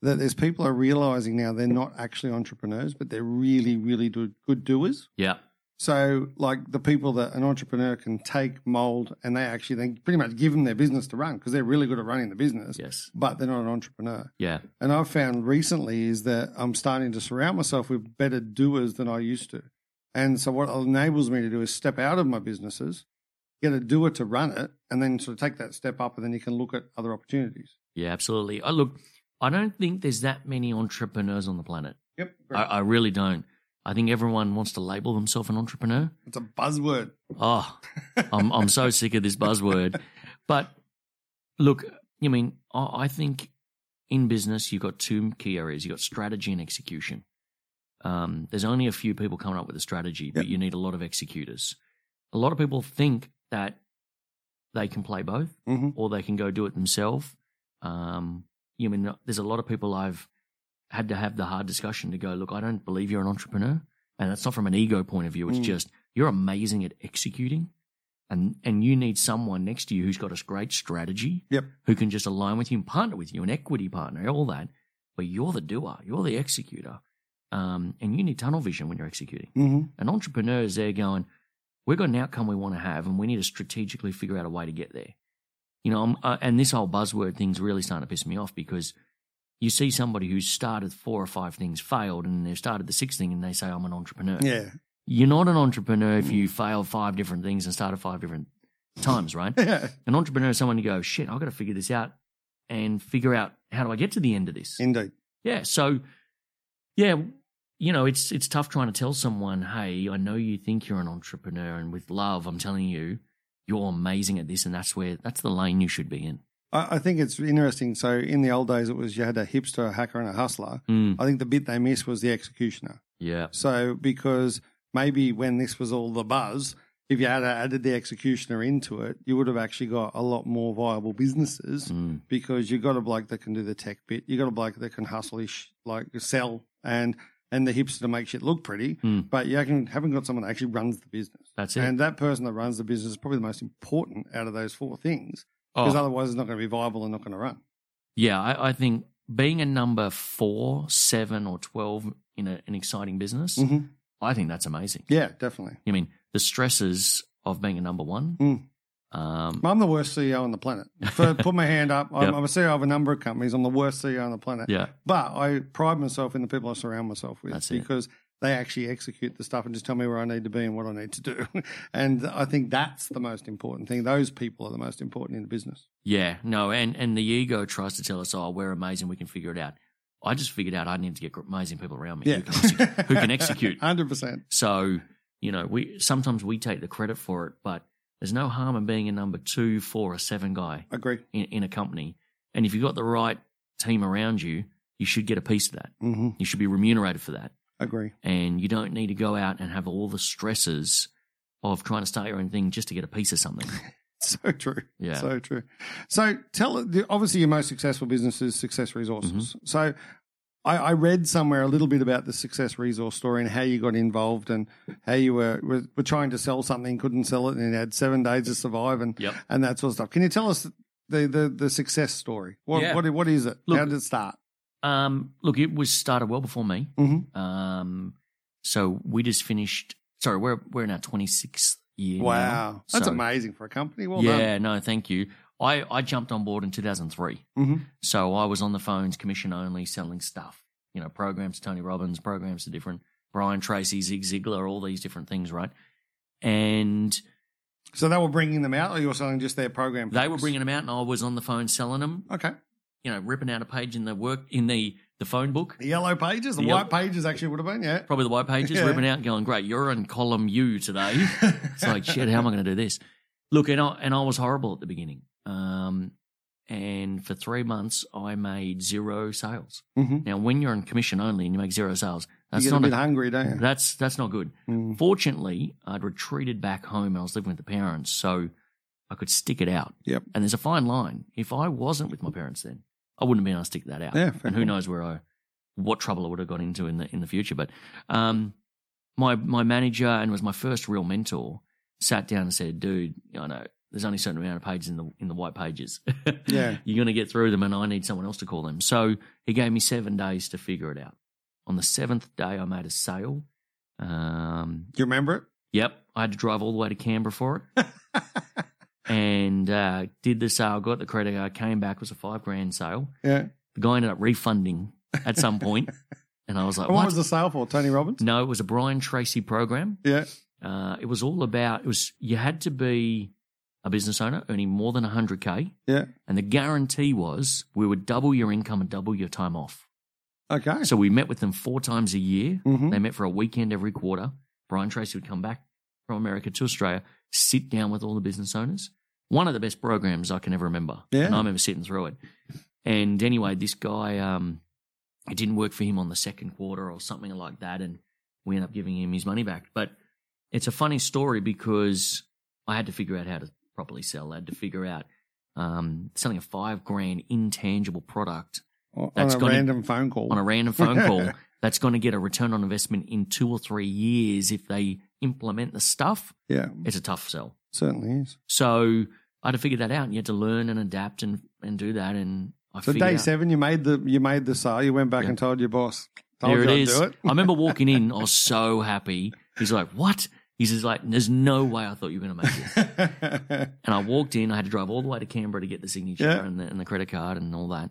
B: that there's people are realizing now they're not actually entrepreneurs, but they're really, really do, good doers.
C: Yeah.
B: So, like the people that an entrepreneur can take, mold, and they actually they pretty much give them their business to run because they're really good at running the business,
C: Yes.
B: but they're not an entrepreneur.
C: Yeah.
B: And I've found recently is that I'm starting to surround myself with better doers than I used to. And so what enables me to do is step out of my businesses, get a doer to run it, and then sort of take that step up, and then you can look at other opportunities.
C: Yeah, absolutely. I look, I don't think there's that many entrepreneurs on the planet.
B: Yep,
C: I, I really don't. I think everyone wants to label themselves an entrepreneur.
B: it's a buzzword.
C: Oh, I'm I'm so sick of this buzzword. But look, I mean, I, I think in business you've got two key areas: you've got strategy and execution. Um, there's only a few people coming up with a strategy, but
B: Yep.
C: you need a lot of executors. A lot of people think that they can play both,
B: Mm-hmm.
C: or they can go do it themselves. Um, you mean there's a lot of people I've had to have the hard discussion to go, look, I don't believe you're an entrepreneur, and that's not from an ego point of view. It's
B: Mm.
C: just you're amazing at executing, and and you need someone next to you who's got a great strategy,
B: Yep.
C: who can just align with you and partner with you, an equity partner, all that. But you're the doer, you're the executor, um, and you need tunnel vision when you're executing.
B: Mm-hmm.
C: And entrepreneurs, they're going, we've got an outcome we want to have, and we need to strategically figure out a way to get there. You know, I'm, uh, and this whole buzzword thing's really starting to piss me off because you see somebody who's started four or five things, failed, and they've started the sixth thing, and they say, I'm an entrepreneur.
B: Yeah,
C: You're not an entrepreneur if you fail five different things and started five different times, right?
B: yeah.
C: an entrepreneur is someone who goes, shit, I've got to figure this out and figure out how do I get to the end of this.
B: Indeed.
C: Yeah. So, yeah, you know, it's it's tough trying to tell someone, hey, I know you think you're an entrepreneur, and with love, I'm telling you, you're amazing at this, and that's where that's the lane you should be in.
B: I, I think it's interesting. So in the old days, it was you had a hipster, a hacker, and a hustler.
C: Mm,
B: I think the bit they missed was the executioner.
C: yeah.
B: So because maybe when this was all the buzz, if you had added the executioner into it, you would have actually got a lot more viable businesses
C: Mm,
B: because you got a bloke that can do the tech bit, you got a bloke that can hustle his sh- like sell and and the hipster makes it look pretty,
C: Mm.
B: but you haven't haven't got someone that actually runs the business.
C: that's it.
B: And that person that runs the business is probably the most important out of those four things because
C: oh,
B: otherwise it's not going to be viable and not going to run.
C: yeah, I, I think being a number four, seven, or twelve in a, an exciting business,
B: Mhm.
C: I think that's amazing.
B: Yeah, definitely.
C: I mean, the stresses of being a number one.
B: Mm.
C: Um,
B: I'm the worst CEO on the planet. For, put my hand up. I'm,
C: Yep.
B: I'm a CEO of a number of companies. I'm the worst CEO on the planet.
C: yeah,
B: But I pride myself in the people I surround myself with
C: That's it.
B: because they actually execute the stuff and just tell me where I need to be and what I need to do. and I think that's the most important thing. Those people are the most important in the business.
C: Yeah, no, and and the ego tries to tell us, oh, we're amazing, we can figure it out. I just figured out I need to get amazing people around me who can execute. who can execute.
B: 100%.
C: so you know, we sometimes we take the credit for it, but there's no harm in being a number two, four, or seven guy
B: Agree.
C: in, in a company. And if you've got the right team around you, you should get a piece of that.
B: hmm
C: You should be remunerated for that,
B: Agree.
C: and you don't need to go out and have all the stresses of trying to start your own thing just to get a piece of something.
B: So true.
C: Yeah.
B: So true. So tell the- obviously your most successful business is Success
C: Mm-hmm.
B: Resources. So I, I read somewhere a little bit about the Success Resource story and how you got involved and how you were were, were trying to sell something, couldn't sell it, and you had seven days to survive and
C: Yep.
B: and that sort of stuff. Can you tell us the the, the success story? What,
C: Yeah.
B: what what is it?
C: Look-
B: how did it start?
C: Um, look, it was started well before me.
B: Mhm.
C: Um, so we just finished. Sorry, we're we're in our twenty sixth year. now.
B: Wow, that's
C: So-
B: amazing for a company. Well
C: yeah, no, thank you. I, I jumped on board in 2003.
B: Mhm.
C: So I was on the phones, commission only, selling stuff. You know, programs to Tony Robbins, programs to different Brian Tracy, Zig Ziglar, all these different things, right? And
B: So they were bringing them out, or you were selling just their program?
C: they were
B: products?
C: bringing them out, and I was on the phone selling them.
B: Okay,
C: You know, ripping out a page in the work in the the phone book,
B: the yellow pages, the
C: The
B: white pages actually would have been. Yeah,
C: probably the white pages,
B: Yeah.
C: ripping out, going, "Great, you're in column U today." It's like, shit, how am I going to do this? Look, and I, and I was horrible at the beginning. Um, and for three months, I made zero sales.
B: hmm
C: Now, when you're on commission only and you make zero sales,
B: You
C: that's
B: get a
C: not
B: bit
C: a,
B: hungry, don't you?
C: that's that's not good.
B: Mm.
C: Fortunately, I'd retreated back home. I was living with the parents, so I could stick it out.
B: Yep.
C: And there's a fine line. If I wasn't with my parents then, I wouldn't have been able to stick that out.
B: Yeah, fair
C: and who
B: enough.
C: knows where I, what trouble I would have got into in the in the future. But um, my my manager and was my first real mentor sat down and said, "Dude, I know there's only a certain amount of pages in the in the white pages.
B: Yeah.
C: you're going to get through them, and I need someone else to call them." So he gave me seven days to figure it out. On the seventh day, I made a sale. Um,
B: Do you remember it?
C: Yep, I had to drive all the way to Canberra for it, and uh, did the sale. Got the credit card. Came back it was a five grand sale.
B: Yeah.
C: The guy ended up refunding at some point, and I was like,
B: And
C: "What?"
B: what was the sale for? Tony Robbins.
C: no, it was a Brian Tracy program.
B: Yeah.
C: Uh, it was all about it was you had to be a business owner earning more than hundred k,
B: Yeah.
C: and the guarantee was we would double your income and double your time off.
B: Okay.
C: So we met with them four times a year.
B: Mhm.
C: They met for a weekend every quarter. Brian Tracy would come back from America to Australia, sit down with all the business owners. One of the best programs I can ever remember.
B: Yeah.
C: And I remember sitting through it. And anyway, this guy, um, it didn't work for him on the second quarter or something like that. And we ended up giving him his money back. But it's a funny story because I had to figure out how to properly sell. I had to figure out um, selling a five grand intangible product
B: On on
C: that's
B: a
C: got to-
B: random phone call.
C: on a random phone call that's going to get a return on investment in two or three years if they implement the stuff,
B: yeah,
C: it's a tough sell.
B: certainly is.
C: So I had to figure that out, and you had to learn and adapt and, and do that. And I
B: So
C: figured
B: day
C: out-
B: seven, you made the you made the sale. You went back
C: Yeah.
B: and told your boss. Told
C: there
B: you
C: it
B: I'd
C: is.
B: Do it.
C: I remember walking in, I was so happy. He's like, "What?" He's just like, "There's no way I thought you were going to make it." And I walked in. I had to drive all the way to Canberra to get the signature
B: Yeah.
C: and, the, and the credit card and all that.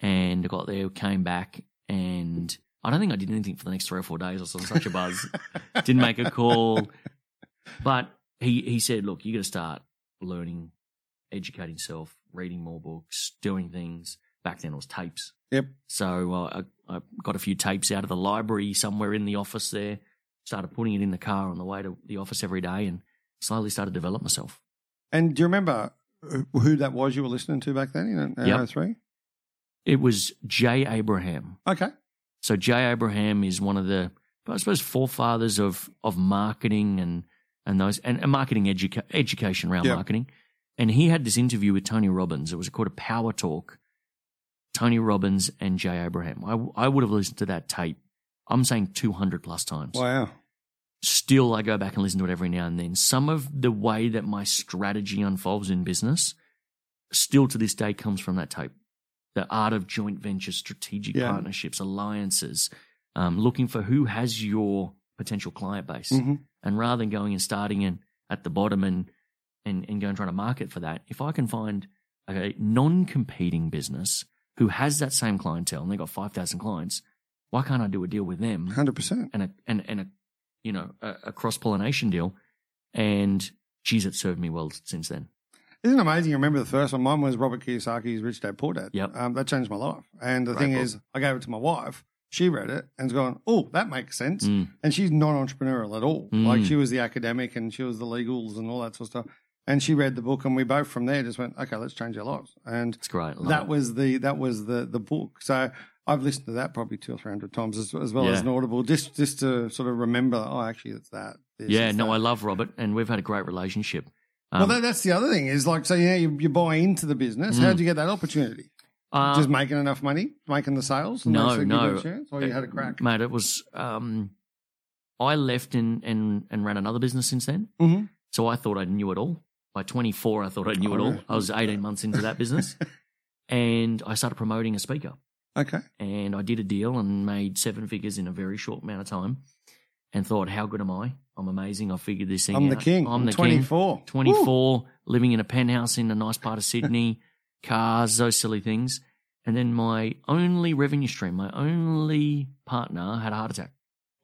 C: And I got there, came back, and I don't think I did anything for the next three or four days. I was on such a buzz, didn't make a call. But he he said, "Look, you got to start learning, educating yourself, reading more books, doing things." Back then, it was tapes.
B: Yep.
C: So uh, I, I got a few tapes out of the library somewhere in the office there. Started putting it in the car on the way to the office every day, and slowly started to develop myself.
B: and do you remember who who that was you were listening to back then in uh,
C: Yep.
B: 03?
C: It was Jay Abraham.
B: Okay.
C: So Jay Abraham is one of the, I suppose, forefathers of of marketing and and those and, and marketing educa- education around
B: Yeah.
C: marketing. And he had this interview with Tony Robbins. It was called a Power Talk. Tony Robbins and Jay Abraham. I I would have listened to that tape. I'm saying 200 plus times.
B: Wow.
C: Still, I go back and listen to it every now and then. Some of the way that my strategy unfolds in business still to this day comes from that tape. The art of joint ventures, strategic
B: Yeah.
C: partnerships, alliances, um, looking for who has your potential client base.
B: hmm
C: And rather than going and starting in at the bottom and, and, and going trying to market for that, if I can find a non competing business who has that same clientele and they've got 5,000 clients, why can't I do a deal with them?
B: Hundred percent.
C: and a and and a you know a, a cross pollination deal, and geez, it served me well since then.
B: Isn't it amazing? You remember the first one? Mine was Robert Kiyosaki's Rich Dad Poor Dad.
C: Yep.
B: Um, that changed my life. And the
C: Great
B: thing
C: book.
B: is, I gave it to my wife. She read it and's gone, oh, that makes sense.
C: Mm.
B: And she's not entrepreneurial at all. Like
C: Mm.
B: she was the academic and she was the legals and all that sort of stuff. And she read the book, and we both from there just went, okay, let's change our lives. And
C: It's great. I love
B: that
C: it.
B: was the that was the the book. So I've listened to that probably two or three hundred times as, as well as
C: Yeah.
B: an audible, just just to sort of remember. Oh, actually, it's that. this,
C: yeah.
B: it's
C: No,
B: that."
C: I love Robert, and we've had a great relationship.
B: Well,
C: Um,
B: that, that's the other thing is like, so yeah, you, you buy into the business. How would you get that opportunity?
C: Hmm. uh,
B: Just making enough money, making the sales. And
C: No,
B: they said, "Give
C: no.
B: it a chance, or you had a crack.
C: mate. It was. Um, I left and and and ran another business since then.
B: Mm-hmm.
C: So I thought I knew it all. By 24, I thought I knew it
B: Oh,
C: all.
B: really?
C: I was 18 months into that business, and I started promoting a speaker.
B: Okay,
C: and I did a deal and made seven figures in a very short amount of time and thought, how good am I? I'm amazing. I figured this thing
B: I'm the
C: out.
B: king.
C: I'm the king.
B: 24. Woo.
C: 24. living in a penthouse in a nice part of Sydney, cars, those silly things. And then my only revenue stream, my only partner had a heart attack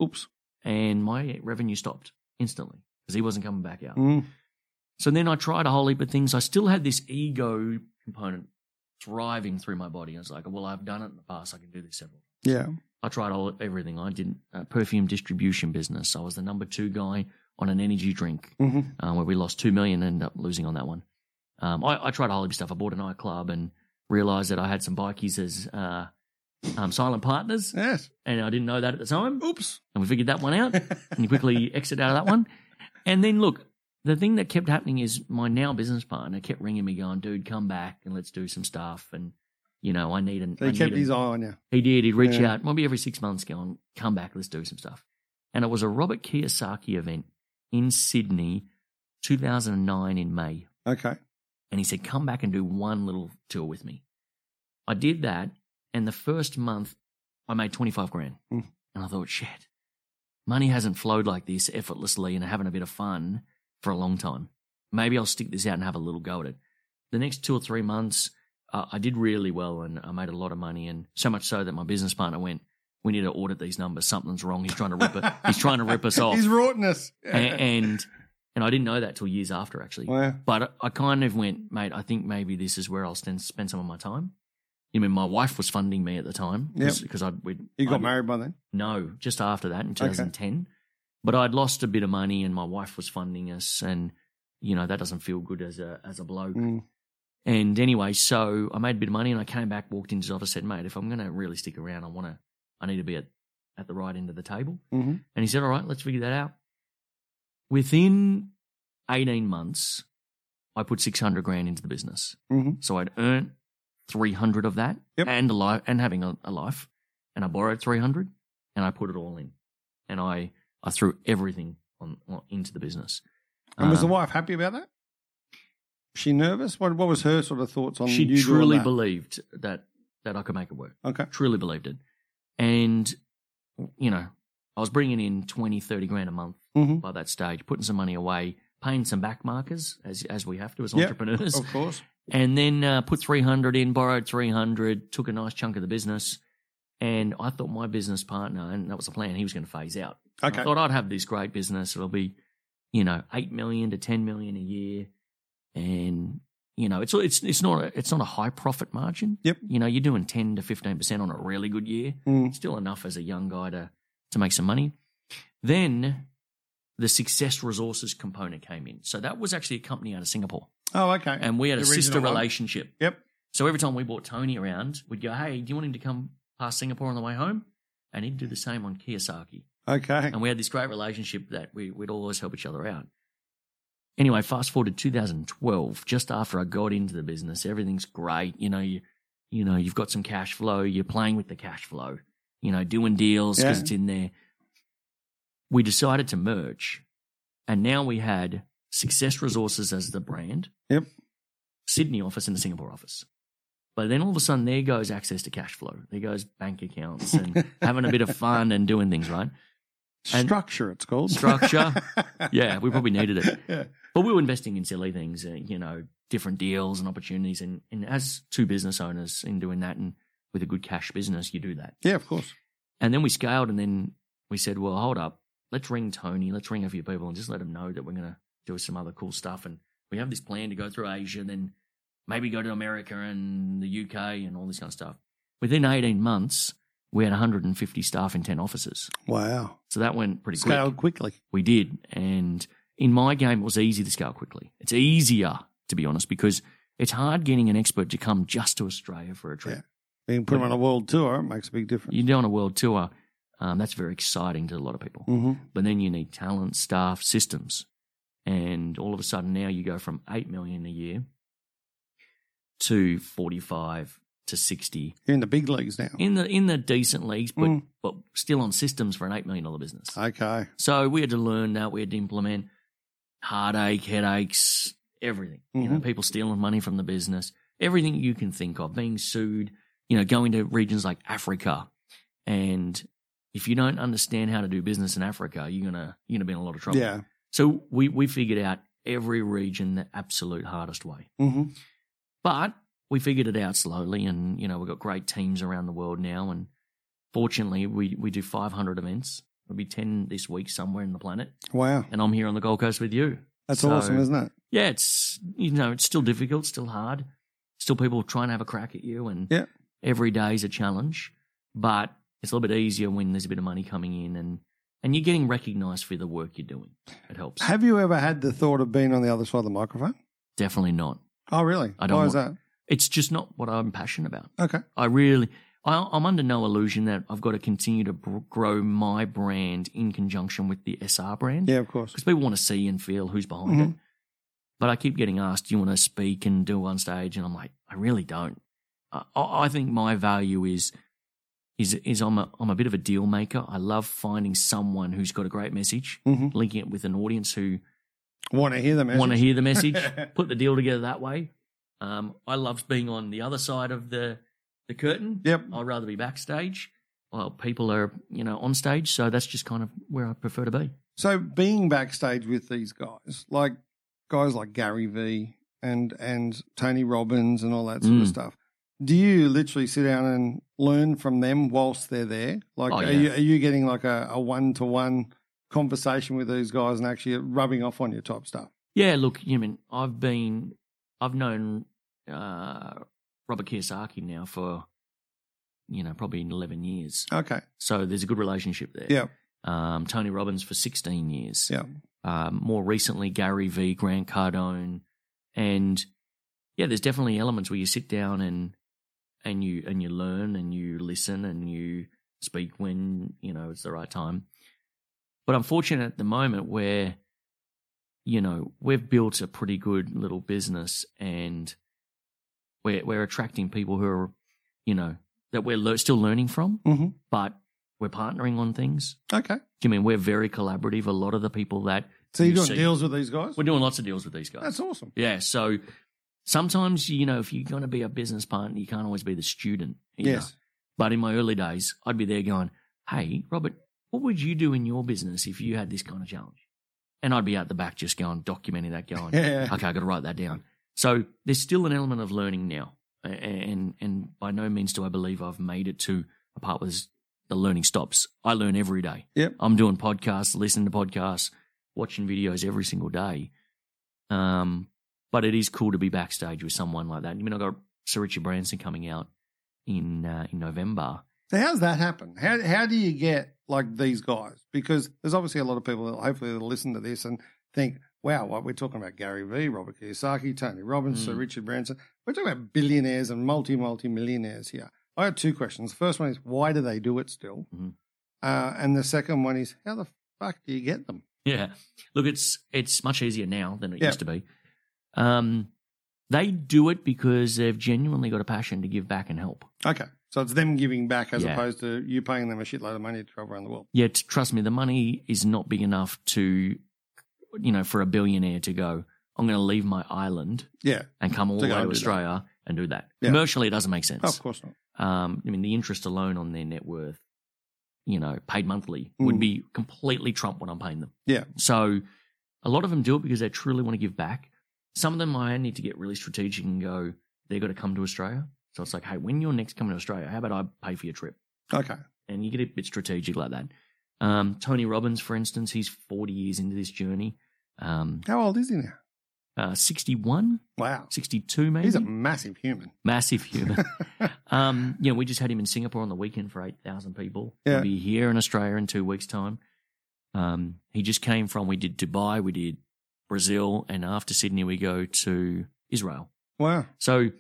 B: Oops.
C: and my revenue stopped instantly because he wasn't coming back out.
B: Mm.
C: So then I tried a whole heap of things. I still had this ego component thriving through my body. I was like, well, I've done it in the past. I can do this several.
B: Yeah.
C: I tried all everything. I did a perfume distribution business. I was the number two guy on an energy drink
B: hmm
C: um, where we lost two million and ended up losing on that one. Um, I, I tried a whole heap of stuff. I bought a nightclub and realized that I had some bikies as uh, um, silent partners,
B: Yes.
C: and I didn't know that at the time.
B: Oops.
C: And we figured that one out, and you quickly exit out of that one. And then look, the thing that kept happening is my now business partner kept ringing me, going, "Dude, come back and let's do some stuff." And you know, I need an.
B: They
C: I need
B: kept
C: an-
B: his eye on you.
C: he did. He'd reach
B: Yeah.
C: out maybe every six months, going, come back, let's do some stuff. And it was a Robert Kiyosaki event in Sydney, 2009 in May.
B: Okay.
C: And he said, come back and do one little tour with me. I did that. And the first month, I made 25 grand.
B: Mm.
C: And I thought, shit, money hasn't flowed like this effortlessly and having a bit of fun for a long time. Maybe I'll stick this out and have a little go at it. The next two or three months, uh, I did really well and I made a lot of money, and so much so that my business partner went, "We need to audit these numbers. Something's wrong. He's trying to rip it. He's trying to rip us off."
B: He's rorting us.
C: A- and and I didn't know that till years after, actually.
B: Wow.
C: But I kind of went, mate. I think maybe this is where I'll spend spend some of my time. You mean my wife was funding me at the time because
B: Yep.
C: I would
B: You got married by then?
C: no, just after that in 2010. But I'd lost a bit of money and my wife was funding us and you know, that doesn't feel good as a as a bloke.
B: Mm.
C: And anyway, so I made a bit of money and I came back, walked into his office, said, Mate, if I'm gonna really stick around, I wanna I need to be at, at the right end of the table.
B: Mhm.
C: And he said, All right, let's figure that out. Within eighteen months, I put six hundred grand into the business.
B: Mhm.
C: So I'd earned three hundred of that
B: Yep.
C: and a life and having a, a life. And I borrowed three hundred and I put it all in. And I I threw everything on, on into the business.
B: And was the
C: Um,
B: wife happy about that? She nervous? What What was her sort of thoughts on
C: she
B: you doing
C: truly
B: that?
C: believed that that I could make it work.
B: Okay.
C: Truly believed it. And you know, I was bringing in 20, 30 grand a month
B: hmm
C: by that stage, putting some money away, paying some back markers as as we have to as
B: Yep.
C: entrepreneurs.
B: Of course.
C: and then uh, put 300 in, borrowed 300, took a nice chunk of the business. And I thought my business partner, and that was the plan, he was going to phase out. And
B: Okay.
C: I thought I'd have this great business. It'll be, you know, 8 million to 10 million a year. And, you know, it's, it's, it's not, a, it's not a high profit margin.
B: Yep.
C: You know, you're doing 10 to 15% on a really good year.
B: Mm.
C: Still enough as a young guy to, to make some money. Then the success resources component came in. So that was actually a company out of Singapore
B: Oh, okay.
C: and we had a
B: The
C: sister
B: original one.
C: relationship.
B: Yep.
C: So every time we brought Tony around, we'd go, "Hey, do you want him to come past Singapore on the way home?" And he'd do the same on Kiyosaki.
B: Okay.
C: And we had this great relationship that we, we'd always help each other out. Anyway, fast forward to 2012, just after I got into the business, everything's great. You know, you, you know, you've got some cash flow. You're playing with the cash flow. You know, doing deals because
B: Yeah.
C: it's in there. We decided to merge, and now we had Success Resources as the brand.
B: Yep.
C: Sydney office and the Singapore office. But then all of a sudden, there goes access to cash flow. There goes bank accounts and having a bit of fun and doing things right. and-
B: structure, it's called.
C: Structure. Yeah, we probably needed it.
B: Yeah.
C: But we were investing in silly things, uh, you know, different deals and opportunities. And, and as two business owners in doing that and with a good cash business, you do that.
B: Yeah, of course.
C: And then we scaled and then we said, well, hold up. Let's ring Tony. Let's ring a few people and just let them know that we're going to do some other cool stuff. And we have this plan to go through Asia, then maybe go to America and the UK and all this kind of stuff. Within 18 months, we had 150 staff in 10 offices.
B: Wow.
C: So that went pretty quick.
B: Scaled quickly.
C: We did. And in my game, it was easy to scale quickly. It's easier, to be honest, because it's hard getting an expert to come just to Australia for a trip.
B: Yeah. Being put on a world tour, it makes a big difference.
C: You're doing a world tour. Um, that's very exciting to a lot of people.
B: hmm
C: But then you need talent, staff, systems. And all of a sudden now you go from 8 million a year to 45 to 60
B: You're in the big leagues now.
C: in the in the decent leagues but
B: Oh. Mm.
C: but still on systems for an 8 million dollar business.
B: Okay.
C: So we had to learn that. We had to implement heartache, headaches, everything. You know, people stealing money from the business, everything you can think of, being sued, you know, going to regions like Africa. And if you don't understand how to do business in Africa, you're gonna you're gonna be in a lot of trouble.
B: Yeah.
C: So we we figured out every region the absolute hardest way.
B: Mm-hmm.
C: But we figured it out slowly, and you know we've got great teams around the world now, and fortunately we we do 500 events. There'll be 10 this week somewhere in the planet,
B: Wow.
C: and I'm here on the Gold Coast with you.
B: That's
C: So-
B: awesome, isn't it?
C: Yeah, it's you know it's still difficult, still hard, still people trying to have a crack at you, and
B: Yeah.
C: every day's a challenge. But it's a little bit easier when there's a bit of money coming in, and and you're getting recognised for the work you're doing. It helps.
B: Have you ever had the thought of being on the other side of the microphone?
C: Definitely not.
B: Oh, really?
C: I don't
B: Why is that?
C: It's just not what I'm passionate about.
B: Okay.
C: I really, I, I'm under no illusion that I've got to continue to br- grow my brand in conjunction with the SR brand.
B: Yeah, of course.
C: Because people want to see and feel who's behind it.
B: Mm-hmm.
C: But I keep getting asked, do you want to speak and do on stage? And I'm like, I really don't. I, I I think my value is, is, is I'm a, I'm a bit of a deal maker. I love finding someone who's got a great message,
B: Mhm.
C: linking it with an audience who
B: Want to hear the message?
C: want to hear the message, put the deal together that way. Um, I loved being on the other side of the the curtain.
B: Yep.
C: I'd rather be backstage. Well, people are you know on stage, so that's just kind of where I prefer to be.
B: So being backstage with these guys, like guys like Gary Vee and and Tony Robbins and all that sort of
C: Mm.
B: stuff, do you literally sit down and learn from them whilst they're there? Like,
C: Oh,
B: are
C: yeah.
B: you are you getting like a a one to one conversation with these guys and actually rubbing off on your type stuff?
C: Yeah, look, you mean I've been I've known uh, Robert Kiyosaki now for you know probably eleven years,
B: Okay,
C: so there's a good relationship there.
B: Uh, yeah,
C: Um, Tony Robbins for sixteen years.
B: yeah,
C: um, more recently Gary V, Grant Cardone, and yeah, there's definitely elements where you sit down and and you and you learn and you listen and you speak when you know it's the right time. But I'm fortunate at the moment where you know we've built a pretty good little business and we're we're attracting people who are you know that we're lear still learning from,
B: hmm
C: but we're partnering on things.
B: okay.
C: Do you mean we're very collaborative? A lot of the people that
B: So you're
C: You
B: doing
C: see-
B: deals with these guys?
C: we're doing lots of deals with these guys.
B: That's awesome.
C: Yeah. So sometimes, you know, if you're going to be a business partner, you can't always be the student. either.
B: Yes.
C: But in my early days, I'd be there going, Hey, Robert, what would you do in your business if you had this kind of challenge? And I'd be out the back just going, documenting that, going,
B: Yeah.
C: Okay, I got to write that down. So there's still an element of learning now. A- And, and by no means do I believe I've made it to a part where the learning stops. I learn every day.
B: Yep.
C: I'm doing podcasts, listening to podcasts, watching videos every single day. Um, but it is cool to be backstage with someone like that. I mean, I got Sir Richard Branson coming out in uh, in November.
B: So how's that happen? How how do you get like these guys? Because there's obviously a lot of people that hopefully will listen to this and think, wow, what we're talking about Gary Vee, Robert Kiyosaki, Tony Robbins, Sir
C: Mm.
B: Richard Branson. We're talking about billionaires and multi multi millionaires here. I have two questions. The first one is why do they do it still?
C: Mhm.
B: Uh, and the second one is how the fuck do you get them?
C: Yeah, look, it's it's much easier now than it
B: Yeah.
C: used to be. Um, they do it because they've genuinely got a passion to give back and help.
B: Okay. So it's them giving back as
C: Yeah.
B: opposed to you paying them a shitload of money to travel around the world.
C: Yet, trust me, the money is not big enough to, you know, for a billionaire to go. I'm going to leave my island
B: Yeah.
C: and come all
B: To
C: the
B: go
C: way
B: and
C: to
B: do that.
C: Australia and do that.
B: Yeah.
C: Commercially, it doesn't make sense.
B: Oh, of course not.
C: um, I mean, the interest alone on their net worth, you know, paid monthly would
B: Mm.
C: be completely trump what I'm paying them.
B: Yeah.
C: So a lot of them do it because they truly want to give back. Some of them I need to get really strategic and go, they've got to come to Australia. So it's like, hey, when you're next coming to Australia, how about I pay for your trip?
B: Okay.
C: And you get a bit strategic like that. Um, Tony Robbins, for instance, he's 40 years into this journey. Um,
B: How old is he now?
C: uh, 61,
B: Wow.
C: 62 maybe.
B: He's a massive human.
C: Massive human. um, you know, we just had him in Singapore on the weekend for 8,000 people.
B: Yeah.
C: He'll be here in Australia in two weeks' time. Um, he just came from, we did Dubai, we did Brazil, and after Sydney, we go to Israel.
B: Wow.
C: So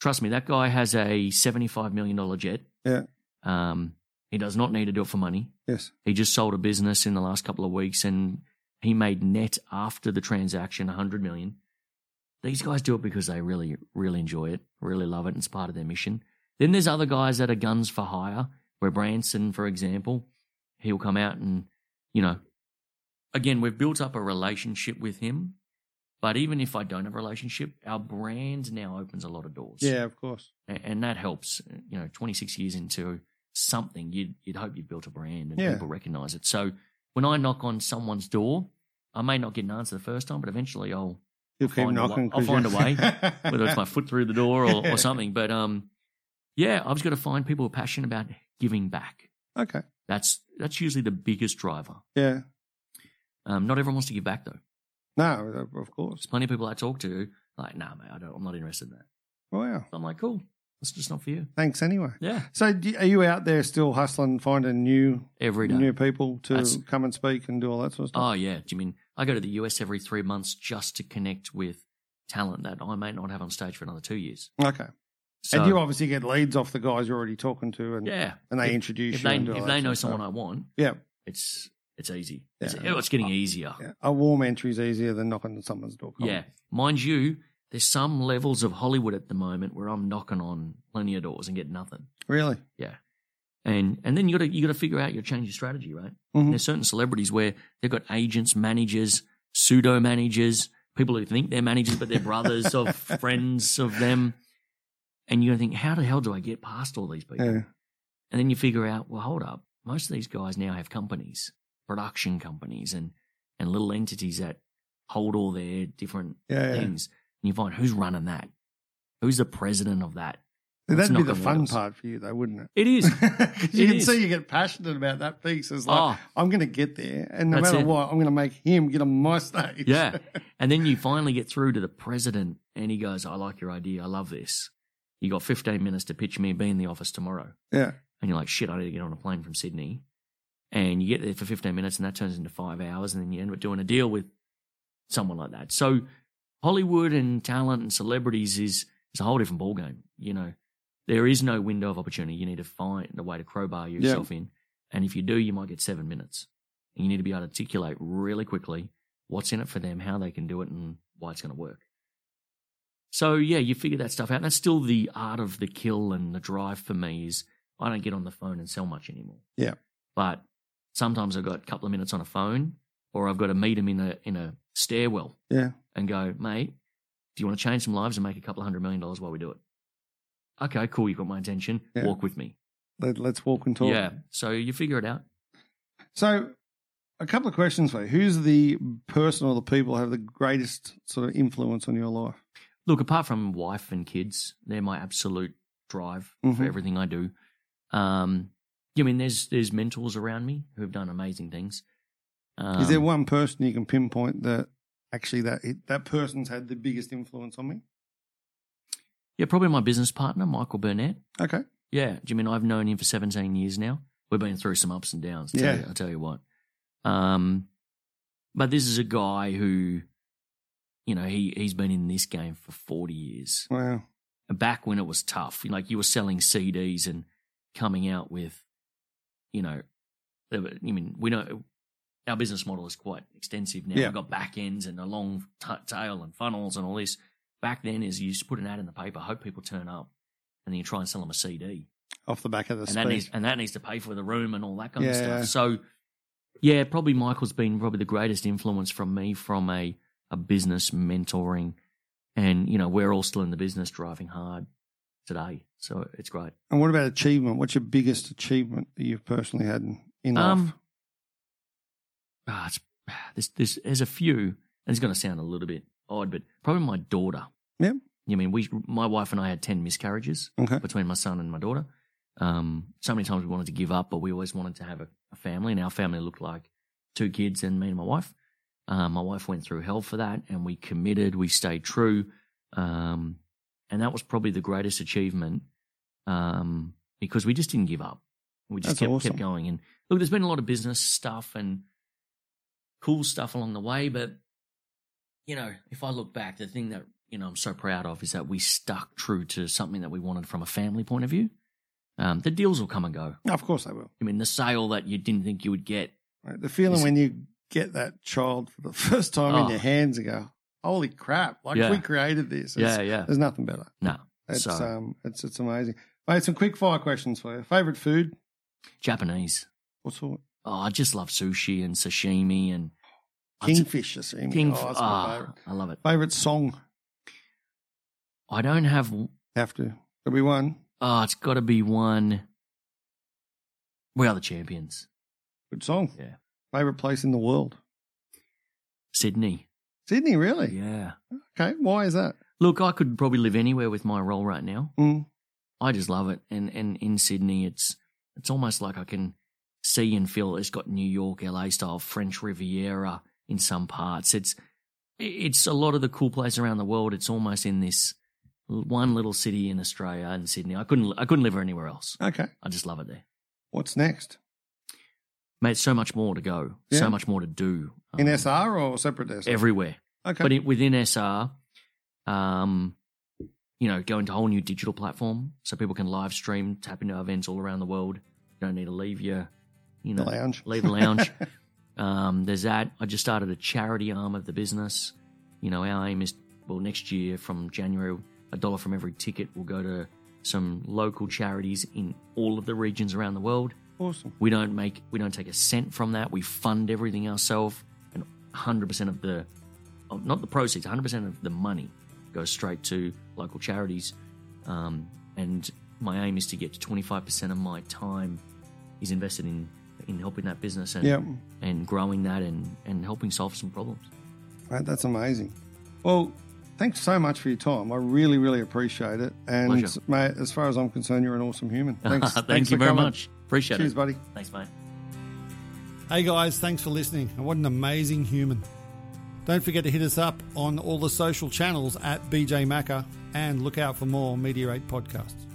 C: trust me, that guy has a $75 million jet.
B: Yeah.
C: Um, he does not need to do it for money.
B: Yes.
C: He just sold a business in the last couple of weeks and he made net after the transaction 100 million. These guys do it because they really, really enjoy it, really love it. It's part of their mission. Then there's other guys that are guns for hire, where Branson, for example, he'll come out and, you know, again, we've built up a relationship with him. But even if I don't have a relationship, our brand now opens a lot of doors
B: Yeah, of course.
C: and, and that helps. You know, 26 years into something, you'd you'd hope you've built a brand and
B: Yeah.
C: people recognize it. So when I knock on someone's door I may not get an answer the first time, but eventually I'll
B: You'll keep
C: find a wa-
B: knocking.
C: I'll
B: 'cause
C: find a
B: you-
C: way, whether it's my foot through the door or, or something. But um, yeah, I've just got to find people who are passionate about giving back.
B: okay.
C: That's that's usually the biggest driver.
B: Yeah.
C: Um, not everyone wants to give back though.
B: No, uh, of course.
C: There's plenty of people I talk to like, nah, mate, I don't, I'm not interested in that.
B: Wow.
C: So I'm like, cool, that's just not for you.
B: Thanks anyway.
C: Yeah,
B: So, do- are you out there still hustling, finding new
C: every day.
B: new people to
C: That's-
B: come and speak and do all that sort of stuff?
C: Oh yeah, do you mean I go to the US every three months just to connect with talent that I may not have on stage for another two years?
B: okay.
C: So,
B: and you obviously get leads off the guys you're already talking to, and
C: yeah,
B: and they
C: If-
B: introduce
C: if
B: you.
C: they
B: and do all
C: if
B: that
C: they know
B: sort of
C: someone uh, I want,
B: stuff.
C: it's it's easy.
B: Yeah.
C: It's, oh, it's getting easier.
B: yeah, yeah. A warm entry is easier than knocking on someone's door.
C: Yeah. Mind you, there's some levels of Hollywood at the moment where I'm knocking on plenty of doors and get nothing.
B: Really?
C: And and then you gotta you gotta figure out your change of strategy, right?
B: Mhm.
C: There's certain celebrities where they've got agents, managers, pseudo managers, people who think they're managers but they're brothers of friends of them. And you're gonna think, how the hell do I get past all these people?
B: Yeah.
C: And then you figure out, well, hold up, most of these guys now have companies, production companies and and little entities that hold all their different
B: Yeah. yeah.
C: things. And you find who's running that? Who's the president of that?
B: See,
C: Let's
B: that'd be
C: knock
B: the
C: on
B: fun
C: walls.
B: part for you, though, wouldn't it?
C: It is.
B: 'Cause you
C: It
B: can
C: is.
B: see you get passionate about that piece. It's like
C: oh,
B: I'm going to get there, and no
C: That's
B: matter
C: it.
B: what, I'm going to make him get on my stage.
C: yeah. And then you finally get through to the president and he goes, I like your idea. I love this. You got 15 minutes to pitch me be in the office tomorrow.
B: yeah,
C: And you're like, shit, I need to get on a plane from Sydney. And you get there for 15 minutes and that turns into five hours. And then you end up doing a deal with someone like that. So Hollywood and talent and celebrities is, is a whole different ballgame. You know, there is no window of opportunity. You need to find a way to crowbar yourself in. And if you do, you might get seven minutes. And you need to be able to articulate really quickly what's in it for them, how they can do it, and why it's going to work. So yeah, you figure that stuff out. And that's still the art of the kill and the drive for me is I don't get on the phone and sell much anymore.
B: Yeah.
C: But sometimes I've got a couple of minutes on a phone or I've got to meet him in a in a stairwell
B: yeah.
C: and go, mate, do you want to change some lives and make a couple of hundred million dollars while we do it? Okay, cool, you've got my attention.
B: Yeah.
C: Walk with me.
B: Let, let's walk and talk.
C: Yeah. So you figure it out.
B: So, a couple of questions for you. Who's the person or the people who have the greatest sort of influence on your life?
C: Look, apart from wife and kids, they're my absolute drive for
B: Mhm.
C: everything I do. Um, I mean, there's there's mentors around me who have done amazing things. Um,
B: Is there one person you can pinpoint that actually that that person's had the biggest influence on me?
C: Yeah, probably my business partner, Michael Burnett.
B: Okay.
C: Yeah, do you mean I've known him for 17 years now? We've been through some ups and downs. I'll
B: Yeah.
C: tell you, I'll tell you what. Um, but this is a guy who, you know, he he's been in this game for 40 years.
B: Wow.
C: Back when it was tough, you know, like you were selling CDs and coming out with, you know, I mean, we know our business model is quite extensive now.
B: Yeah.
C: We've got back ends and a long t- tail and funnels and all this. Back then, is you just put an ad in the paper, hope people turn up, and then you try and sell them a CD
B: Off the back of the
C: and that needs
B: speech.
C: and that needs to pay for the room and all that kind of
B: Yeah,
C: stuff.
B: yeah.
C: So, yeah, probably Michael's been probably the greatest influence from me from a a business mentoring, and you know we're all still in the business driving hard today, so it's great.
B: And what about achievement? What's your biggest achievement that you've personally had in, in life?
C: Um, ah, it's, there's, there's there's a few, and it's going to sound a little bit odd, but probably my daughter.
B: Yeah.
C: I mean, we, my wife and I had ten miscarriages.
B: Okay.
C: between my son and my daughter. Um, so many times we wanted to give up, but we always wanted to have a, a family, and our family looked like two kids and me and my wife. Um, my wife went through hell for that, and we committed, we stayed true, um, and that was probably the greatest achievement um, because we just didn't give up. We just
B: That's
C: kept,
B: awesome.
C: kept going. And look, there's been a lot of business stuff and cool stuff along the way, but you know, if I look back, the thing that you know I'm so proud of is that we stuck true to something that we wanted from a family point of view. Um, the deals will come and go.
B: Of course, I will.
C: I mean, the sale that you didn't think you would get.
B: Right? The feeling
C: Is-
B: when you get that child for the first time
C: Oh.
B: in your hands and go, "Holy crap! Like
C: Yeah.
B: we created this." It's-
C: Yeah, yeah.
B: There's nothing better.
C: No,
B: It's
C: So-
B: um, it's it's amazing. Mate, some quick fire questions for you. Favorite food?
C: Japanese.
B: What sort?
C: Oh, I just love sushi and sashimi and
B: Kingfish sashimi.
C: King.
B: oh, that's my
C: ah,
B: favorite.
C: I love it.
B: Favorite song?
C: I don't have.
B: Have to. There'll be one.
C: Oh, it's got to be one. We are the champions.
B: Good song.
C: Yeah.
B: Favorite place in the world?
C: Sydney.
B: Sydney, really?
C: Yeah.
B: Okay. Why is that?
C: Look, I could probably live anywhere with my role right now.
B: Mm.
C: I just love it. And and in Sydney, it's it's almost like I can see and feel. It's got New York, LA style, French Riviera in some parts. It's it's a lot of the cool places around the world. It's almost in this l- one little city in Australia in Sydney. I couldn't I couldn't live anywhere else.
B: Okay.
C: I just love it there.
B: What's next?
C: Mate, so much more to go.
B: Yeah.
C: So much more to do.
B: In
C: Um,
B: SR or separate SR?
C: everywhere.
B: okay.
C: But it, within SR, um, you know, go into a whole new digital platform so people can live stream, tap into events all around the world. You don't need to leave your, you know,
B: the lounge.
C: leave the lounge. um, there's that. I just started a charity arm of the business. You know, our aim is well next year from January, a dollar from every ticket will go to some local charities in all of the regions around the world.
B: Awesome.
C: We don't make we don't take a cent from that. We fund everything ourselves, and 100% of the of- not the proceeds, 100% of the money goes straight to local charities. Um, and my aim is to get to 25% of my time is invested in in helping that business and
B: Yeah.
C: and growing that and and helping solve some problems.
B: Right, that's amazing. Well, thanks so much for your time. I really, really appreciate it. And
C: Pleasure.
B: mate, as far as I'm concerned, you're an awesome human. Thanks.
C: Thank
B: thanks
C: you
B: for
C: very
B: coming.
C: much. Appreciate
B: Cheers,
C: it.
B: buddy.
C: Thanks, mate.
D: Hey guys, thanks for listening. And what an amazing human. Don't forget to hit us up on all the social channels at BJ Macker and look out for more Meteorate podcasts.